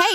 Hey,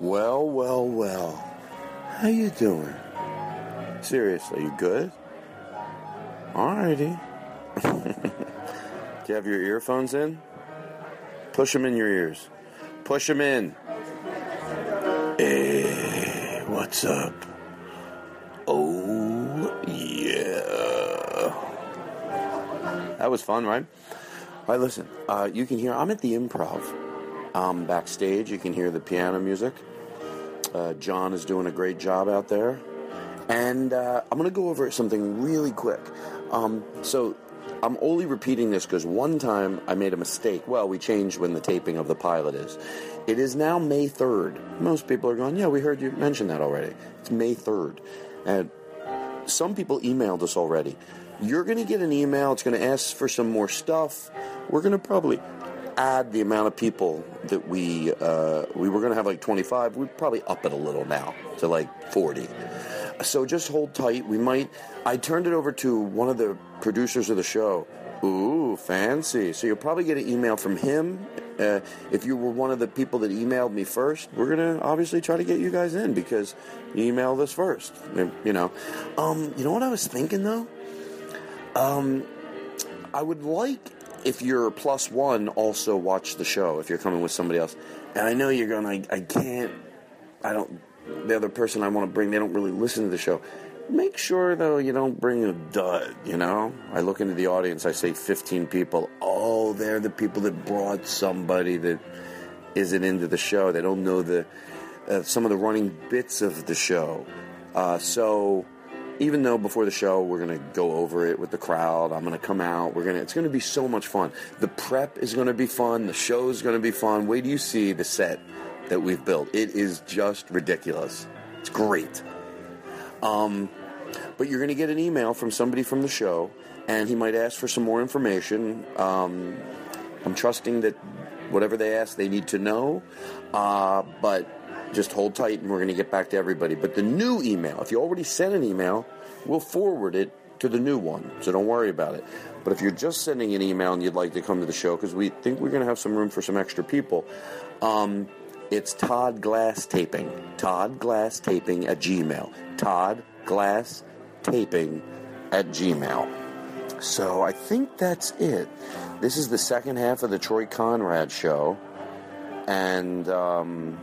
Well, well, well. How you doing? Seriously, you good? Alrighty. Do you have your earphones in? Push them in your ears. Push them in. Hey, what's up? Oh, yeah. That was fun, right? All right, listen. Uh, you can hear, I'm at the improv. Um, backstage, you can hear the piano music. Uh, John is doing a great job out there. And uh, I'm going to go over something really quick. Um, so I'm only repeating this because one time I made a mistake. Well, we changed when the taping of the pilot is. It is now May 3rd. Most people are going, yeah, we heard you mention that already. It's May 3rd. And some people emailed us already. You're going to get an email. It's going to ask for some more stuff. We're going to probably add the amount of people that we uh, we were going to have like 25. We'd probably up it a little now to like 40. So just hold tight. We might. I turned it over to one of the producers of the show. Ooh, fancy. So you'll probably get an email from him. Uh, if you were one of the people that emailed me first, we're going to obviously try to get you guys in because you emailed us first. You know. Um, you know what I was thinking though? Um, I would like if you're plus one also watch the show if you're coming with somebody else. And I know you're going, I, I can't, I don't, the other person I want to bring, they don't really listen to the show. Make sure though you don't bring a dud, you know? I look into the audience, I say 15 people. Oh, they're the people that brought somebody that isn't into the show. They don't know the, uh, some of the running bits of the show. Uh, so, even though before the show we're gonna go over it with the crowd i'm gonna come out we're gonna it's gonna be so much fun the prep is gonna be fun the show's gonna be fun wait do you see the set that we've built it is just ridiculous it's great um, but you're gonna get an email from somebody from the show and he might ask for some more information um, i'm trusting that whatever they ask they need to know uh, but just hold tight and we're going to get back to everybody. But the new email, if you already sent an email, we'll forward it to the new one. So don't worry about it. But if you're just sending an email and you'd like to come to the show, because we think we're going to have some room for some extra people, um, it's Todd Glass Taping. Todd Glass Taping at Gmail. Todd Glass Taping at Gmail. So I think that's it. This is the second half of the Troy Conrad show. And. Um,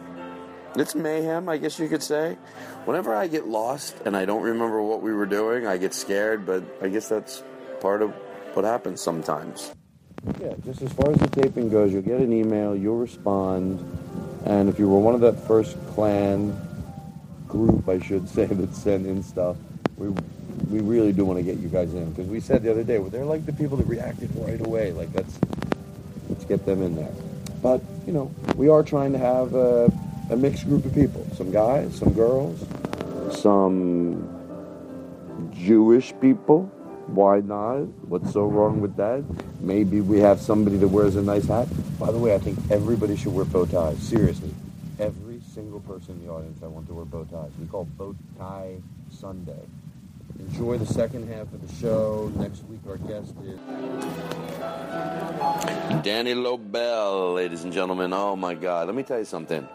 it's mayhem, I guess you could say. Whenever I get lost and I don't remember what we were doing, I get scared, but I guess that's part of what happens sometimes. Yeah, just as far as the taping goes, you'll get an email, you'll respond, and if you were one of that first clan group, I should say, that sent in stuff, we we really do want to get you guys in because we said the other day, well, they're like the people that reacted right away. Like that's let's get them in there. But you know, we are trying to have a, a mixed group of people: some guys, some girls, some Jewish people. Why not? What's so wrong with that? Maybe we have somebody that wears a nice hat. By the way, I think everybody should wear bow ties. Seriously, every single person in the audience that went to wear bow ties. We call Bow Tie Sunday. Enjoy the second half of the show. Next week, our guest is. Danny Lobel, ladies and gentlemen. Oh my God. Let me tell you something.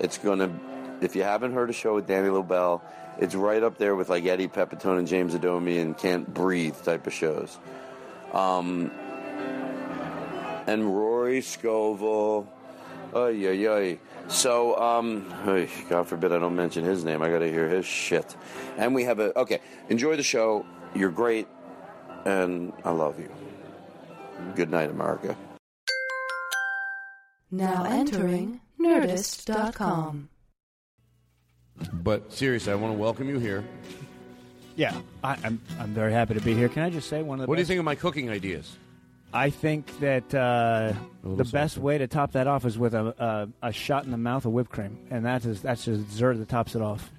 It's going to, if you haven't heard a show with Danny Lobel, it's right up there with like Eddie Pepitone and James Adomi and Can't Breathe type of shows. Um, and Rory Scovel. Oy, oy, oy. So, um, oy, God forbid I don't mention his name. I got to hear his shit. And we have a, okay, enjoy the show. You're great. And I love you. Good night, America. Now entering Nerdist.com. But seriously, I want to welcome you here. Yeah, I, I'm, I'm very happy to be here. Can I just say one of the What do you best- think of my cooking ideas? I think that uh, the best way to top that off is with a, a a shot in the mouth of whipped cream, and that is that's just dessert that tops it off.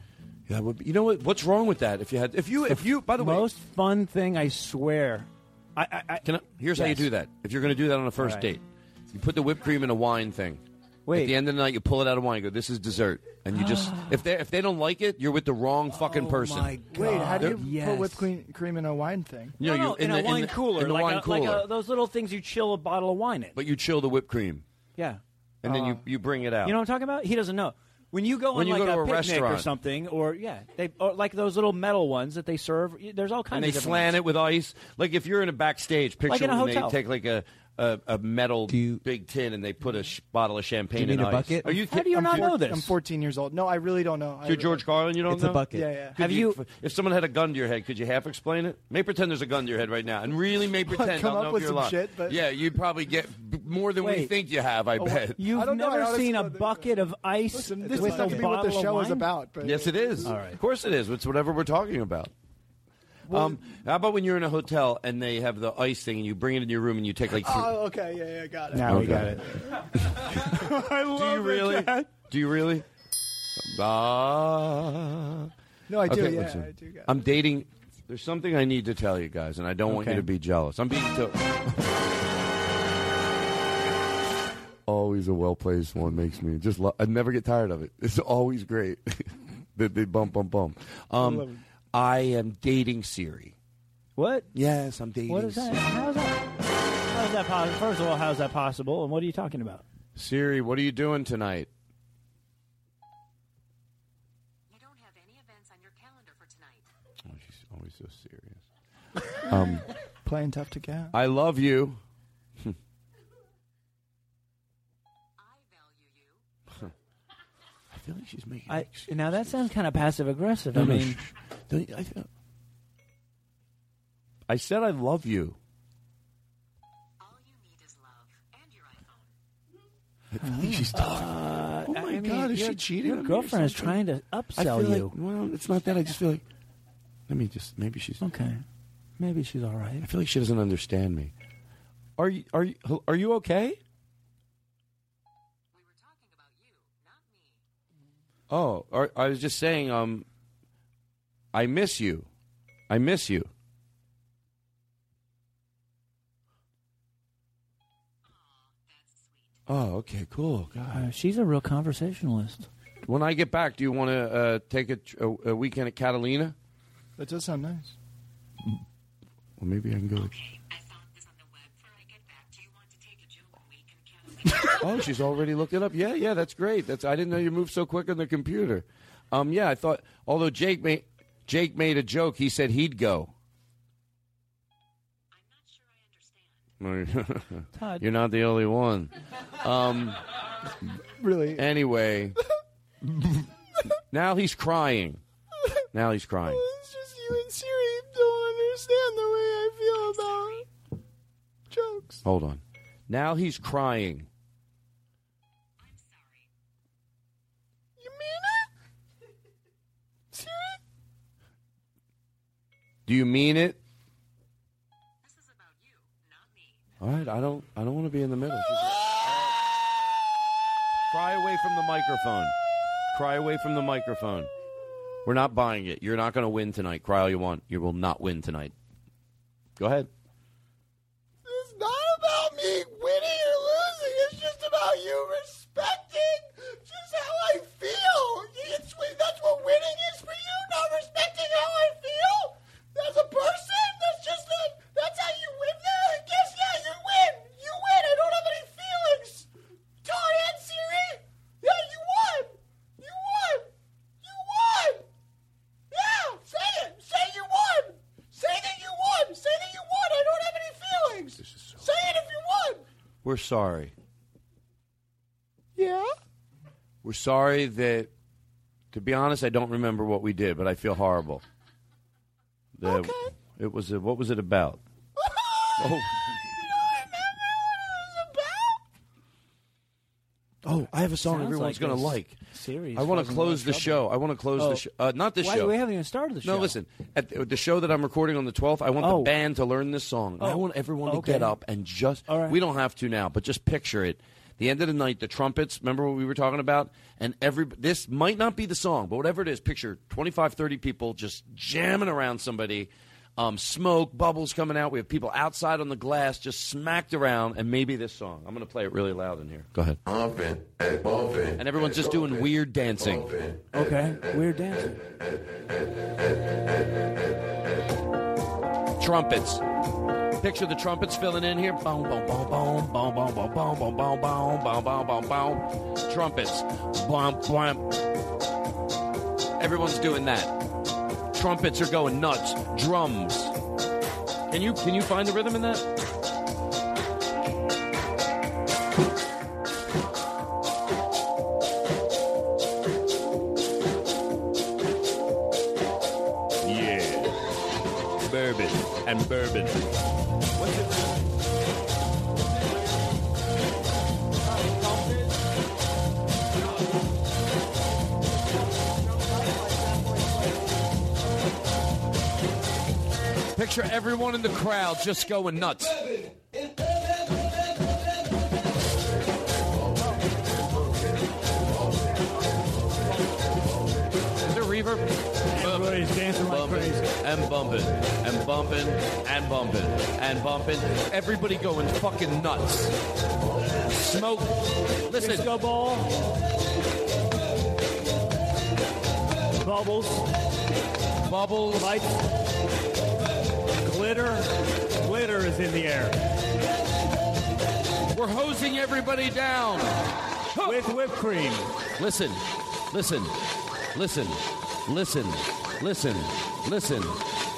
Yeah, would you know what? What's wrong with that? If you had, if you, if you, by the way, Most fun thing, I swear. I, I, I can I, here's how you Yes. do that. If you're going to do that on a first All right. date, you put the whipped cream in a wine thing. Wait. At the end of the night, you pull it out of wine. and Go, this is dessert, and you just if they if they don't like it, you're with the wrong Oh fucking person. Wait, how do you Yes. put whipped cream, cream in a wine thing? You know, no, you- no, in, the- a wine the- cooler, in the like wine a, cooler. like a, those little things you chill a bottle of wine in. but you chill the whipped cream, yeah, and then Uh. you you bring it out. you know what I'm talking about? He doesn't know. When you go When on you like go to a, a picnic restaurant. or something, or yeah, they or like those little metal ones that they serve. There's all kinds and they of different slant ones. it with ice. Like if you're in a backstage picture, Like in a when hotel. they take like a a, a metal you- big tin and they put a sh- bottle of champagne mean in a ice. bucket? Are you? How do you I'm not ju- know this? I'm 14 years old. No, I really don't know. I To George Carlin, you don't It's know. a bucket. Yeah, yeah. Could Have you- If someone had a gun to your head, could you half explain it? May pretend there's a gun to your head right now, and really may pretend. come I'll up know if with you're some lying. shit, but- Yeah, you'd probably get b- more than we Wait. think you have. I bet. I You've don't know, I never honestly seen a don't know. bucket of ice Listen, this with is a not going to be what the bottle of show is wine? about. But Yes, it is. All right. Of course it is. It's whatever we're talking about. um, how about when you're in a hotel and they have the ice thing and you bring it in your room and you take like. three- Oh, okay. Yeah, yeah, got it. Now we got it. I Do love you really? Do you really? Ah. No, I do. Okay, yeah, listen. I do. Got it. I'm dating. There's something I need to tell you guys, and I don't want you Okay. to be jealous. I'm being to. always a well placed one makes me just. Lo- I never get tired of it. It's always great. they, they bump, bump, bump. Um, I am dating Siri. What? Yes, I'm dating. What is that? Siri. How's that? How's that possible? First of all, how's that possible? And what are you talking about? Siri, what are you doing tonight? You don't have any events on your calendar for tonight. Oh, she's always so serious. Playing tough to get. I love you. I value you. I feel like she's making. I, excuses. now that sounds kind of passive aggressive. No, I no, mean, shh, shh. Don't you- I, feel- I said I love you. All you need is love and your iPhone. I think she's talking. oh my Uh, I mean, god, is your- she cheating? Your on me or girlfriend is something? trying to I upsell feel like- you. well, it's not that. I just feel like. Let me just. Maybe she's. okay, maybe she's all right. I feel like she doesn't understand me. Are you? Are you? Are you okay? We were talking about you, not me. Oh, or, I was just saying. Um, I miss you. I miss you. Oh, okay, cool. God. Uh, she's a real conversationalist. When I get back, do you want to uh, take a, tr- a, a weekend at Catalina? That does sound nice. Well, maybe I can go. I found this on the web before I get back. Do you want to take a June week in Canada? Oh, she's already looked it up. Yeah, yeah, that's great. That's I didn't know you moved so quick on the computer. Um, yeah, I thought. Although Jake made Jake made a joke, he said he'd go. I'm not sure I understand. You're Todd, not the only one. Really? Anyway, now he's crying. Now he's crying. Oh, It's just you and Siri don't understand the way I feel about jokes. Hold on. Now he's crying. I'm sorry. You mean it? Siri? Do you mean it? This is about you, not me. All right, I don't. I don't want to be in the middle. She's like- Cry away from the microphone. Cry away from the microphone. We're not buying it. You're not going to win tonight. Cry all you want. You will not win tonight. Go ahead. It's not about me winning or losing. It's just about you respecting just how I feel We're sorry. Yeah? We're sorry that, to be honest, I don't remember what we did, but I feel horrible. That okay. It was a, what was it about? oh. Oh, I have a song Sounds everyone's like going to this like. series I want causing to a close lot the of show. I want to close Oh. the show. Uh, not this Why- show. we haven't even started the No, show. listen. At the, the show that I'm recording on the 12th, I want Oh. the band to learn this song. I Oh, want everyone to okay. get up and just. We don't have to now, but just picture it. The end of the night, the trumpets. Remember what we were talking about? And every this might not be the song, but whatever it is, picture 25, 30 people just jamming around somebody. Um, smoke, bubbles coming out. We have people outside on the glass, just smacked around, and maybe this song. I'm going to play it really loud in here. Go ahead. And everyone's just doing weird dancing. Okay, weird dancing. Trumpets. Picture the trumpets filling in here. Boom, boom, boom, boom, boom, boom, boom, boom, boom, boom, boom, boom, boom, boom, boom. Trumpets. Blum, blum. Everyone's doing that. Trumpets are going nuts. Drums. Can you can you find the rhythm in that? Yeah. Bourbon and bourbon. Picture everyone in the crowd just going nuts. Is there reverb? Everybody's dancing like bumping, crazy. And bumping, and bumping, and bumping, and bumping. Everybody going fucking nuts. Smoke. Listen. Disco ball. Bubbles. Bubbles. Lights. Glitter. Glitter is in the air. We're hosing everybody down. With whipped cream. Listen, listen, listen, listen, listen, listen,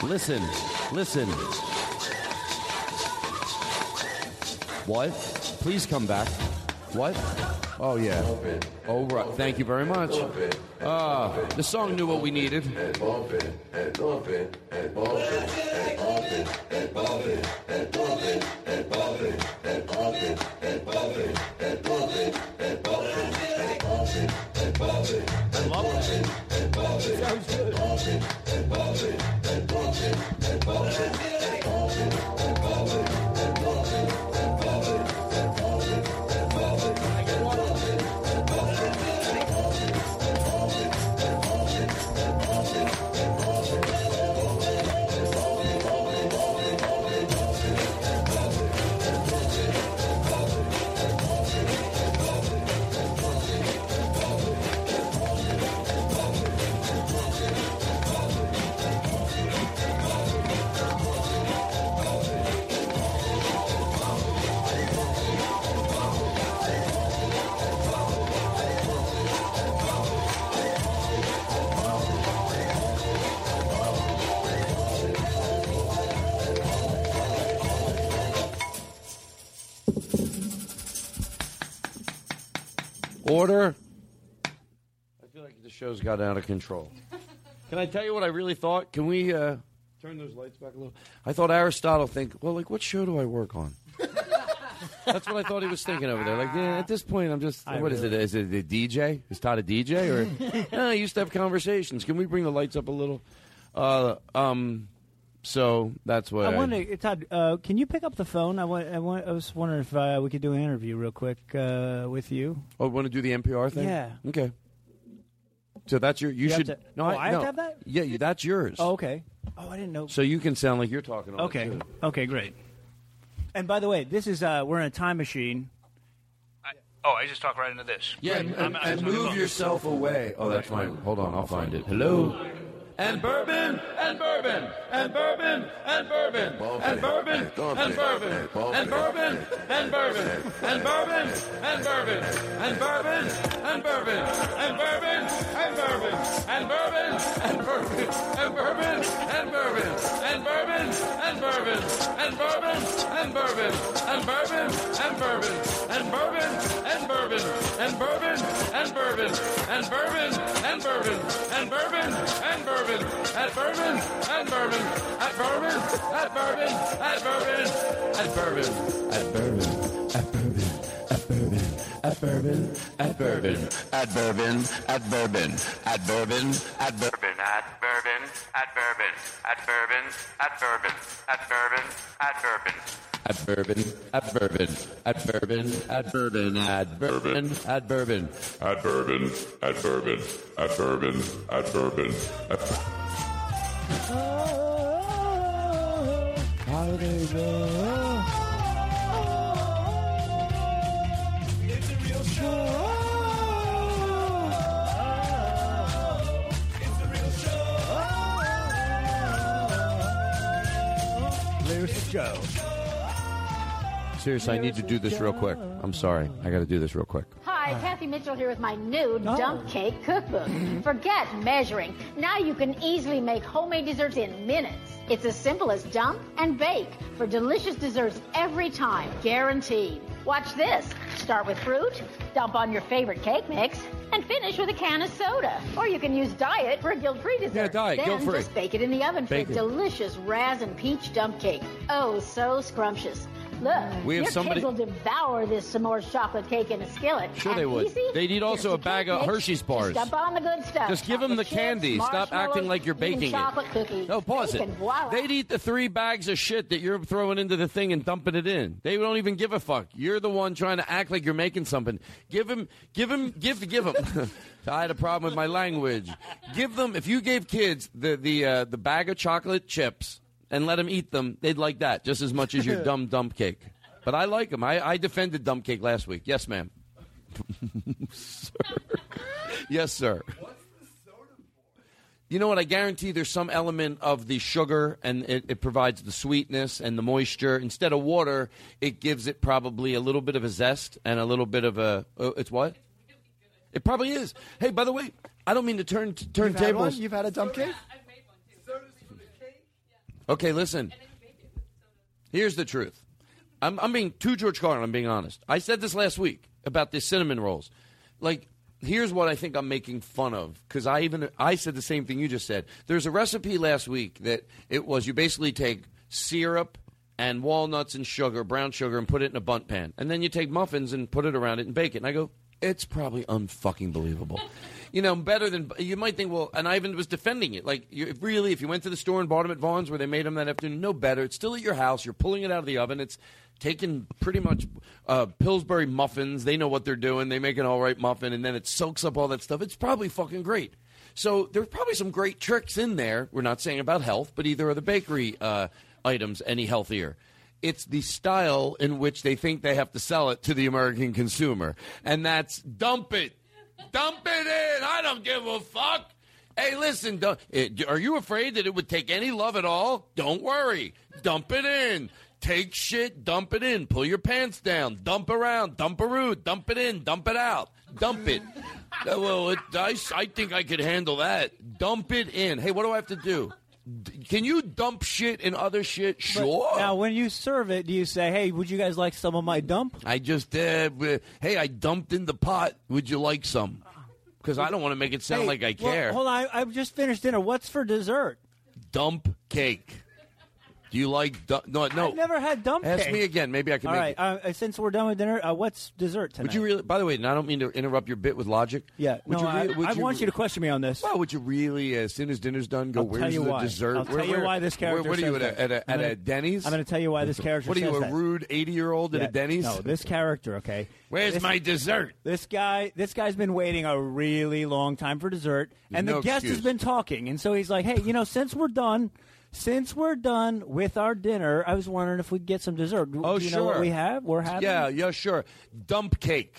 listen, listen. What? Please come back. What? Oh, yeah. Oh, right. Thank you very much. Uh, the song knew what we needed. I love it. Sounds good. Order. I feel like the show's got out of control. Can I tell you what I really thought? Can we uh, turn those lights back a little? I thought Aristotle think, well, like what show do I work on? That's what I thought he was thinking over there. Like yeah, at this point, I'm just I what is really- it? Is it a DJ? Is Todd a DJ or? no, I used to have conversations. Can we bring the lights up a little? Uh, um, so that's what I wonder, Todd, uh, can you pick up the phone? I, wa- I, wa- I was wondering if uh, we could do an interview real quick uh, with you. Oh, want to do the NPR thing? Yeah. Okay. So that's your. You, You have should. to- no, Oh, I have no. to have that? Yeah, you- that's yours. Oh, okay. Oh, I didn't know. So you can sound like you're talking. on it, Okay. too. Okay, great. And by the way, this is uh, we're in a time machine. Oh, I just talk right into this. Yeah, and, and move yourself away. Oh, that's mine. Hold on, I'll find it. Hello. And bourbon, and bourbon, and bourbon, and bourbon, and bourbon, and bourbon, and bourbon, and bourbon, and bourbon, and bourbon, and bourbon, and bourbon, and bourbon, and bourbon, and bourbon, and bourbon, and bourbon, and bourbon, and bourbon, and bourbon, and bourbon, bourbon and bourbon and bourbon and bourbon and bourbon and bourbon and bourbon and bourbon and bourbon and bourbon and bourbon and bourbon and bourbon and bourbon and bourbon and bourbon at bourbon at bourbon at bourbon at bourbon at bourbon at bourbon at bourbon at bourbon at bourbon at bourbon at bourbon at bourbon at bourbon at bourbon at bourbon at bourbon at bourbon at bourbon at bourbon at bourbon at bourbon at bourbon at bourbon at bourbon at bourbon At bourbon, at bourbon, at bourbon, at bourbon. At... It's a real show. It's a real show. Loose Joe. Seriously, I need to do this real quick. I'm sorry. I got to do this real quick. Hi, Kathy Mitchell here with my new Oh. dump cake cookbook. Mm-hmm. Forget measuring. Now you can easily make homemade desserts in minutes. It's as simple as dump and bake for delicious desserts every time, guaranteed. Watch this. Start with fruit, dump on your favorite cake mix, and finish with a can of soda. Or you can use diet for a guilt-free dessert. Yeah, diet, then guilt-free. just bake it in the oven for Bake a it. delicious raz and peach dump cake. Oh, so scrumptious. Look, We have your somebody- kids will devour this s'mores chocolate cake in a skillet. Sure, And they would. easy? They'd eat also a bag of Mix, Hershey's bars. Just dump on the good stuff. Just give them the Chocolate chips, candy. Stop acting like you're marshmallows, baking even chocolate it. Cookies. No, Oh, pause Bacon, it. voila. They'd eat the three bags of shit that you're throwing into the thing and dumping it in. They don't even give a fuck. You're the one trying to act like you're making something. Give them, give them, give, give them. I had a problem with my language. Give them. If you gave kids the the uh, the bag of chocolate chips and let them eat them, they'd like that just as much as your dumb dump cake. But I like them. I, I defended dump cake last week. Yes, ma'am. Sir. yes, sir. You know what? I guarantee there's some element of the sugar, and it, it provides the sweetness and the moisture. Instead of water, it gives it probably a little bit of a zest and a little bit of a. Uh, it's what? It probably is. Hey, by the way, I don't mean to turn turn You've had one? tables. You've had a dump cake? Okay, listen. Here's the truth. I'm, I'm being to George Carlin. I'm being honest. I said this last week about the cinnamon rolls. Like, here's what I think I'm making fun of because I even I said the same thing you just said. There's a recipe last week that it was you basically take syrup and walnuts and sugar, brown sugar, and put it in a bundt pan, and then you take muffins and put it around it and bake it. And I go, it's probably unfucking believable. you know, better than you might think. Well, and Ivan was defending it. Like, you, if really, if you went to the store and bought them at Vaughn's where they made them that afternoon, no better. It's still at your house. You're pulling it out of the oven. It's taking pretty much uh, Pillsbury muffins. They know what they're doing. They make an all right muffin, and then it soaks up all that stuff. It's probably fucking great. So there's probably some great tricks in there. We're not saying about health, but either are the bakery uh, items any healthier it's the style in which they think they have to sell it to the American consumer. And that's dump it. Dump it in. I don't give a fuck. Hey, listen, dump, it, are you afraid that it would take any love at all? Don't worry. Dump it in. Take shit, dump it in. Pull your pants down. Dump around. Dump a root. Dump it in. Dump it out. Dump it. Uh, well, it, I, s- I think I could handle that. Dump it in. Hey, what do I have to do? D- can you dump shit in other shit? But Sure. Now, when you serve it, do you say, "Hey, would you guys like some of my dump?" I just, uh, w- hey, I dumped in the pot. Would you like some? Because I don't want to make it sound Hey, like I well, care. hold on, I- I've just finished dinner. What's for dessert? Dump cake. Do you like du- no? No. I've never had dump Ask cake. me again. Maybe I can All make right. it. Uh, since we're done with dinner, uh, what's dessert tonight? Would you really? By the way, and I don't mean to interrupt your bit with logic. Yeah. Would no, you I, really- would I want you to question me on this. Well, would you really? As soon as dinner's done, go. I'll where's tell you the why. dessert? I'll Where- tell you where- why this character Where, what are you says at a, at that. a, I'm at gonna- a Denny's? I'm gonna tell you why this character What are you, says a that. rude eighty-year-old at Yeah, a Denny's? No, this character. Okay. Where's This- my dessert? This guy, this guy's been waiting a really long time for dessert, and No the guest excuse. has been talking, and so he's like, "Hey, you know, since we're done, since we're done with our dinner, I was wondering if we could get some dessert. Do- Oh, do you sure. know what we have? We're having. Yeah, yeah, sure. Dump cake.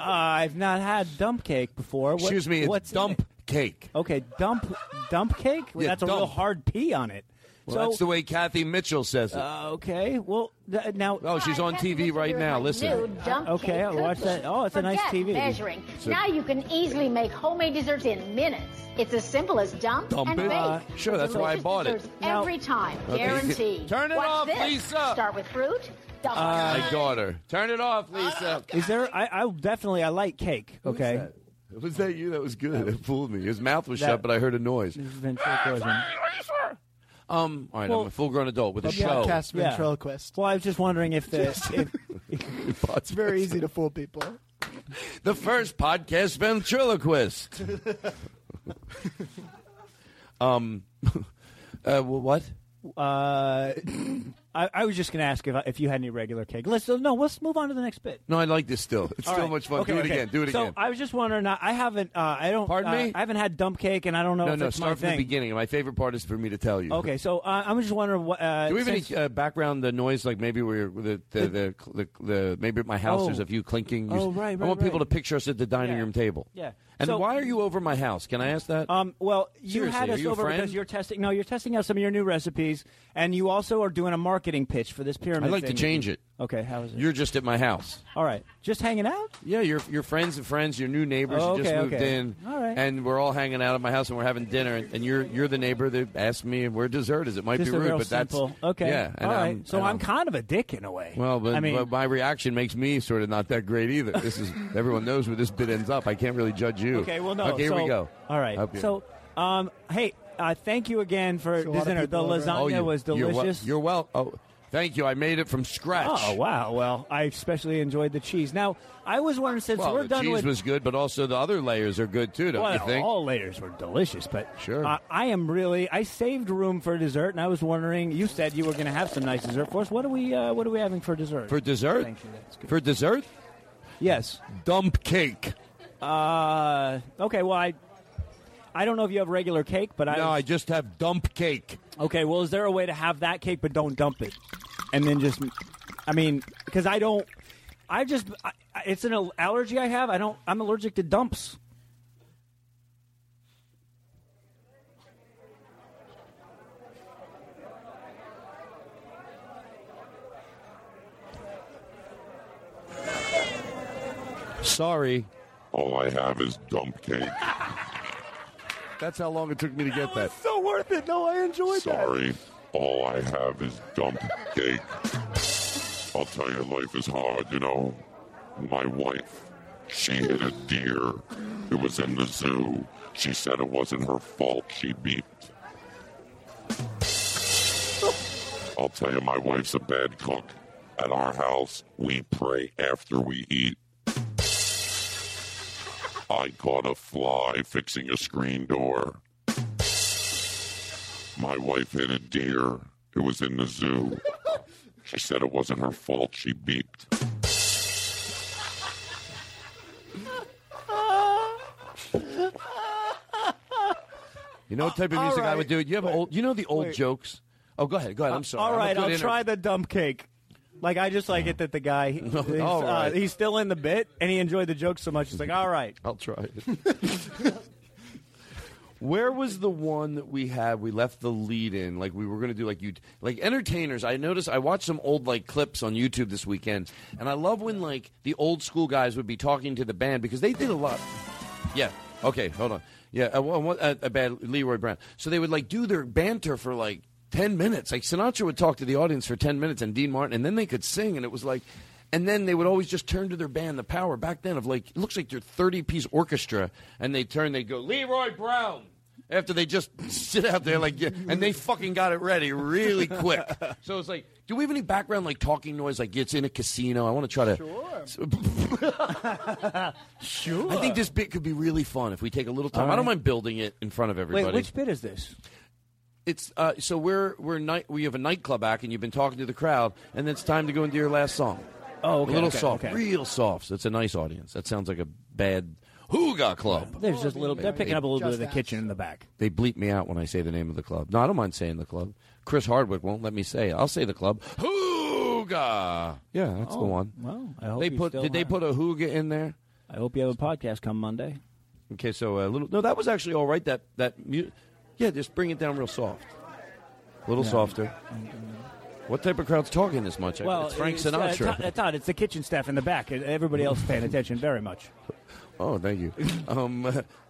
Uh, I've not had dump cake before. What- Excuse me, it's what's in dump it? cake. Okay, dump dump cake. Well, Yeah, That's a real dump. hard P on it. Well, So- that's the way Kathy Mitchell says it. Uh, okay. Well, th- now. Oh, she's on TV right now. New Listen. dump Okay, cake I'll watch cookies. that. Oh, it's a nice Forget TV. measuring. So- now you can easily make homemade desserts in minutes. It's as simple as dump, Dump and it? bake. Uh, sure, that's why I Delicious bought it. desserts Every time, Okay. guaranteed. Turn it Watch off, this. Lisa. Start with fruit. Double My daughter. Turn it off, Lisa. Ah, Is there? I, I definitely I like cake. Okay. Was that you? That was good. It fooled me. His mouth was shut, That- Mm. but I heard a noise. Um, all right, Well- I'm a full grown adult with a A show. podcast Yeah. ventriloquist. Well, I was just wondering if the if, it's very easy to fool people. The first podcast ventriloquist. Um, uh, wh- what? uh, I, I was just going to ask if I- if you had any regular cake. Let's uh, no. Let's move on to the next bit. No, I like this still. It's All still right. much fun. Okay, Do it okay. again. Do it so again. I was just wondering. I I haven't. Uh, I don't. Pardon uh, me? I haven't had dump cake, and I don't know no, if no. it's my Start from the thing. beginning. My favorite part is for me to tell you. Okay, so uh, I'm just wondering what. Uh, Do we have since- any uh, background uh, noise? Like maybe we're the the, the, the, the, maybe at my house Oh. there's a few clinking. Oh, right, I right, want people to right. picture us at the dining room table. Yeah. And So- why are you over my house? Can I ask that? Um, well, you Seriously, had are us you a over friend? because you're testing. No, you're testing out some of your new recipes, and you also are doing a marketing pitch for this pyramid. I'd like to thing. change it. Okay, how is it? You're just at my house. All right, just hanging out. Yeah, your your friends and friends, your new neighbors Oh, who just okay, moved okay. in, All right. and we're all hanging out at my house and we're having dinner, and, and you're you're the neighbor that asked me where dessert is. It might just be a rude, real but simple. that's Okay. Yeah, and All right. I'm- so and I'm kind of a dick in a way. Well, but, I mean- but my reaction makes me sort of not that great either. This is everyone knows where this bit ends up. I can't really judge you. Okay, well, no. Okay, here we so- go. All right. Up here. So, um, hey, uh, thank you again for a lot this of dinner. The people over- lasagna Oh, you- was you're wel- delicious. You're well. Oh, thank you. I made it from scratch. oh wow! Well, I especially enjoyed the cheese. Now, I was wondering since Well, we're the done cheese with was good, but also the other layers are good too. Don't Well, you think? all layers were delicious, but sure. Uh, I am really. I saved room for dessert, and I was wondering. You said you were going to have some nice dessert for us. What are we? Uh, what are we having for dessert? for dessert, Thank you. That's good. for dessert, yes, dump cake. Uh, okay. Well, I. I don't know if you have regular cake, but I. No, I just have dump cake. Okay. Well, is there a way to have that cake but don't dump it, and then just? I mean, because I don't. I just. I, I- it's an allergy I have. I don't. I'm allergic to dumps. Sorry. All I have is dump cake. That's how long it took me to get that. So worth it. No, I enjoyed Sorry. All I have is dump cake. I'll tell you, life is hard, you know. My wife, she hit a deer. It was in the zoo. She said it wasn't her fault. She beeped. I'll tell you, my wife's a bad cook. At our house, we pray after we eat. I caught a fly fixing a screen door. My wife hit a deer. It was in the zoo. She said it wasn't her fault. She beeped. You know what type of All music I right. would do? You have old. You know the old Wait. Uh, jokes. Oh, go ahead. Go ahead. I'm sorry. All I'm a right, good I'll inter- try the dump cake. Like I just like it that the guy he's, All uh, right. he's still in the bit and he enjoyed the joke so much. He's like, all right, I'll try it. Where was the one that we had? We left the lead in, like we were going to do, like you, like entertainers. I noticed I watched some old like clips on YouTube this weekend, and I love when like the old school guys would be talking to the band because they did a lot. Yeah. Okay. Hold on. Yeah. uh, I want I want a, a bad Leroy Brown. So they would like do their banter for like ten minutes. Like Sinatra would talk to the audience for ten minutes, and Dean Martin, and then they could sing, and it was like. And then they would always just turn to their band, the power back then of like it looks like their thirty piece orchestra, and they turn, they go Leroy Brown after they just sit out there like yeah, and they fucking got it ready really quick. So it's like, do we have any background like talking noise? Like it's in a casino. I want to try to. sure. I think this bit could be really fun if we take a little time. All I don't right. mind building it in front of everybody. Wait, which bit is this? It's uh, so we're we're night we have a nightclub act and you've been talking to the crowd and it's time to go into your last song. Oh, okay, a little okay, soft, okay. real soft. So it's a nice audience. That sounds like a bad hooga club. There's just a little. They're picking up a little bit Just of the kitchen in the back. They bleep me out when I say the name of the club. No, I don't mind saying the club. Chris Hardwick won't let me say. it. I'll say the club. Hooga. Yeah, that's the Oh, one. Well, I hope they you put. still Did they have- put a hooga in there? I hope you have a podcast come Monday. Okay, uh, so a little. No, that was actually all right. That that mu- Yeah, just bring it down real soft. A little softer. What type of crowd's talking this much? I- it's Frank uh, Sinatra. Todd- uh, Todd, it's the kitchen staff in the back. Everybody else paying attention very much. Oh, thank you. Um,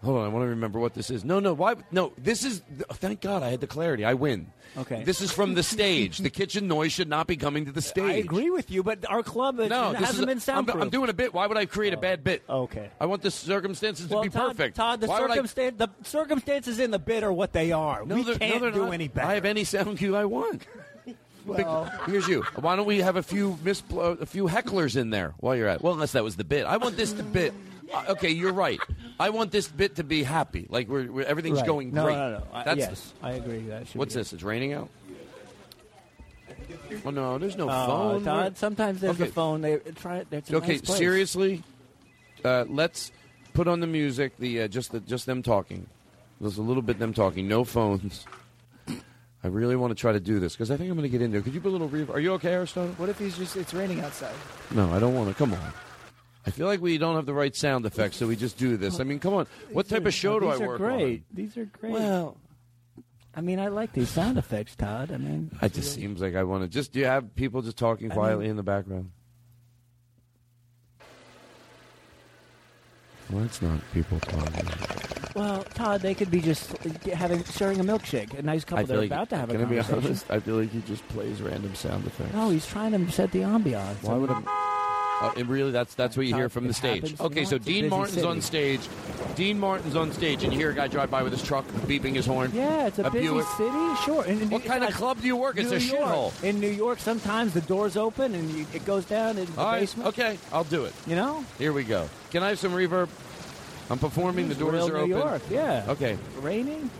hold on, I want to remember what this is. No, no, why? No, this is. oh, Thank God I had the clarity. I win. Okay. This is from the stage. the kitchen noise should not be coming to the stage. I agree with you, but our club uh, No, this is hasn't a- been I'm, soundproof. I'm doing a bit. Why would I create a bad bit? Okay. I want the circumstances well, to be Todd, perfect. Todd, the, Why would I- circumstan- the circumstances in the bid are what they are. No, we they're- no, can't they're do not. any better. I have any sound cue I want. Well. Here's you. Why don't we have a few mis- uh, a few hecklers in there while you're at? it? Well, unless that was the bit. I want this to bit. uh, okay, you're right. I want this bit to be happy. Like we're, we're everything's Right. going no, great. No, no, no. I, That's yes, I agree. That should what's be this? It's raining out. Oh no, there's no Oh, phone. Todd, Where- sometimes there's okay. a phone. They try it. It's a okay, nice place. seriously, uh, let's put on the music. The uh, just the, just them talking. There's a little bit them talking. No phones. I really want to try to do this because I think I'm going to get in there. Could you put a little reverb? Are you okay, Aristotle? What if he's just? It's raining outside. No, I don't want to. Come on. I feel like we don't have the right sound effects, so we just do this. I mean, come on. What type of show do I These are work on? great. These are great. Well- I mean, I like these sound effects, Todd. I mean, It just seems like I want to. Just do you have people just talking I quietly mean- in the background? Well, that's not people talking. well, Todd, they could be just having sharing a milkshake. A nice I couple. They're feel like, about to have can I a be conversation. honest? I feel like he just plays random sound effects. No, he's trying to set the ambiance. Why would I? Uh, it really, that's that's what you hear from the It stage. happens Okay, in so lots of Dean busy Martin's on cities. stage. Dean Martin's on stage, and you hear a guy drive by with his truck, beeping his horn. Yeah, it's a, busy Buick. city. Sure. And, what kind of club do you work? It's a shithole. In New York, sometimes the doors open and you, it goes down into the All right, basement. okay, I'll do it. You know, Here we go. Can I have some reverb? I'm performing. The It's doors real are New open. York, yeah. Okay. raining.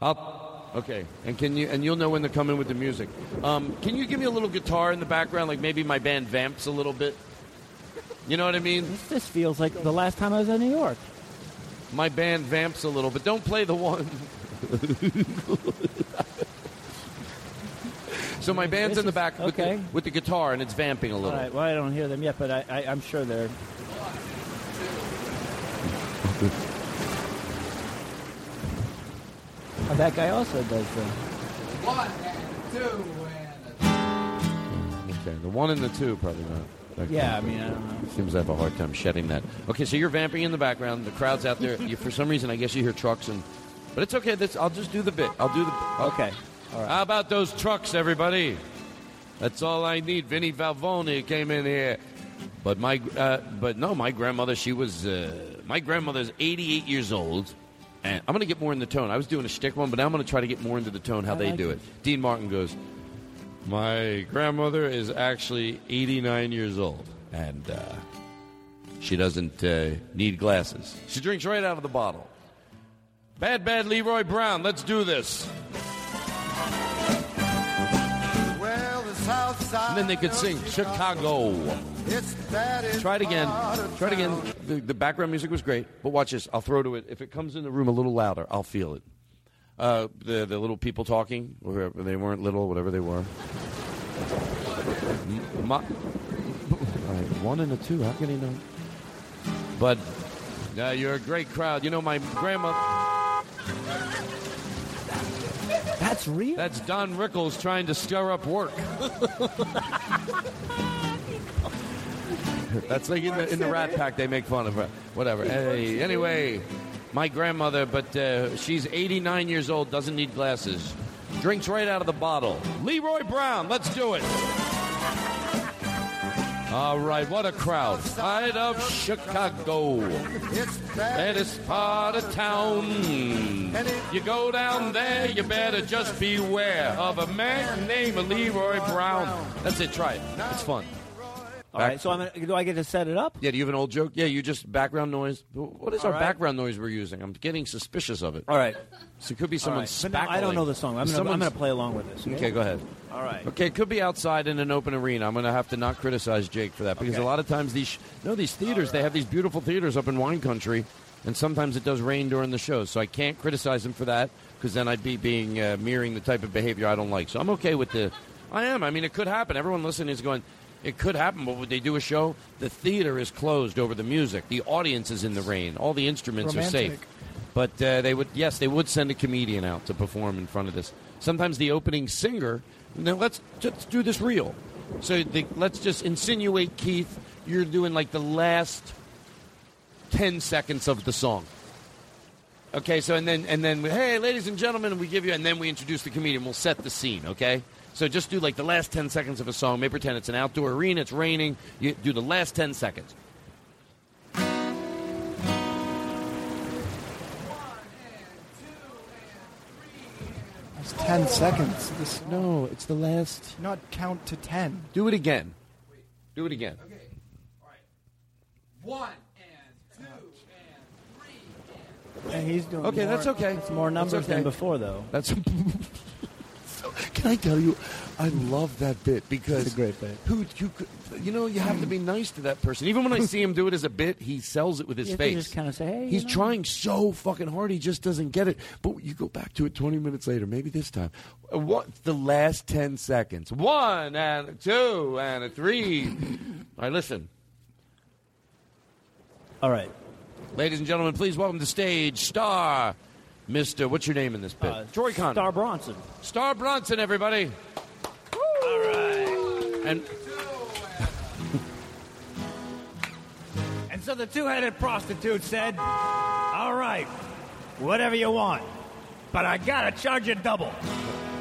I'll. Okay. And can you? And you'll know when to come in with the music. Um, can you give me a little guitar in the background, like maybe my band vamps a little bit? You know what I mean? This feels like the last time I was in New York. My band vamps a little, but don't play the one. so my band's in the back with, okay. the, with the guitar, and it's vamping a All little. right. Well, I don't hear them yet, but I, I, I'm sure they're. Oh, that guy also does the. One and two and Okay. The one and the two, probably not. Okay. Yeah, I mean, I don't know. Seems to have a hard time shedding that. Okay, so you're vamping in the background. The crowd's out there. You, for some reason, I guess you hear trucks and, but it's okay. That's, I'll just do the bit. I'll do the. Okay. All right. How about those trucks, everybody? That's all I need. Vinny Valvone came in here, but my, uh, but no, my grandmother. She was, uh, my grandmother's 88 years old, and I'm gonna get more in the tone. I was doing a shtick one, but now I'm gonna try to get more into the tone how I they like do it. it. Dean Martin goes. My grandmother is actually 89 years old, and uh, she doesn't uh, need glasses. She drinks right out of the bottle. Bad, bad Leroy Brown, let's do this. two. Well, the south And side. then they could sing Chicago. It's the baddest Try it again. part of Try it again. town. The, the background music was great, but watch this. I'll throw to it. If it comes in the room a little louder, I'll feel it. Uh, the, the little people talking, or whoever- they weren't little, whatever they were. M- my- All right, one and a two. How can he know? But uh, you're a great crowd. You know, my grandma. That's real. That's Don Rickles trying to stir up work. That's like in the, in the Rat Pack, they make fun of her. Whatever. Hey, anyway, my grandmother, but uh, she's 89 years old, doesn't need glasses. Drinks right out of the bottle. Leroy Brown, let's do it. All right, what a crowd. Side of Chicago. It's the Baddest part of town. You go down there, you better just beware of a man named Leroy Brown. That's it, try it. It's fun. All right. So I'm. Gonna, do I get to set it up? Yeah, do you have an old joke? Yeah, you just background noise. What is All our right. background noise we're using? I'm getting suspicious of it. All right. So it could be someone All right. But no, I don't know the song. I'm gonna- I'm gonna play along with this, okay? Okay? go ahead. All right. Okay, it could be outside in an open arena. I'm going to have to not criticize Jake for that because Okay. a lot of times these no these theaters they have these beautiful theaters up in wine country, and sometimes it does rain during the show, so I can't criticize him for that because then I'd be being uh, mirroring the type of behavior I don't like. So I'm okay with the. I am. I mean, it could happen. Everyone listening is going. It could happen, but would they do a show? The theater is closed over the music. The audience is in the rain. All the instruments are Romantic. safe. But uh, they would, yes, they would send a comedian out to perform in front of this. sometimes the opening singer. Now let's just do this real. So the, let's just insinuate Keith, you're doing like the last ten seconds of the song. Okay, so and then and then we- hey, ladies and gentlemen, we give you and then we introduce the comedian. We'll set the scene, okay? So just do like the last 10 seconds of a song. Maybe pretend it's an outdoor arena, it's raining. You do the last 10 seconds. It's ten seconds. This no, Oh, it's the last. Not count to ten. Do it again. Do it again. One. And he's doing Okay, more- that's okay. It's more That's numbers okay. than before, though. That's Can I tell you, I love that bit because It's a great bit. Who you could, you know you have to be nice to that person. Even when I see him do it as a bit, he sells it with his You have to face. just kinda say, "Hey, you he's know." trying so fucking hard, he just doesn't get it. But you go back to it twenty minutes later, maybe this time. Uh, What the last ten seconds? One and a two and a three. All right, listen. All right, ladies and gentlemen, please welcome to the stage star, Mister. What's your name in this bit? Troy Con. Uh, Star Bronson. Star Bronson, everybody. All right. And And so the two-headed prostitute said, "All right, whatever you want, but I gotta charge you double."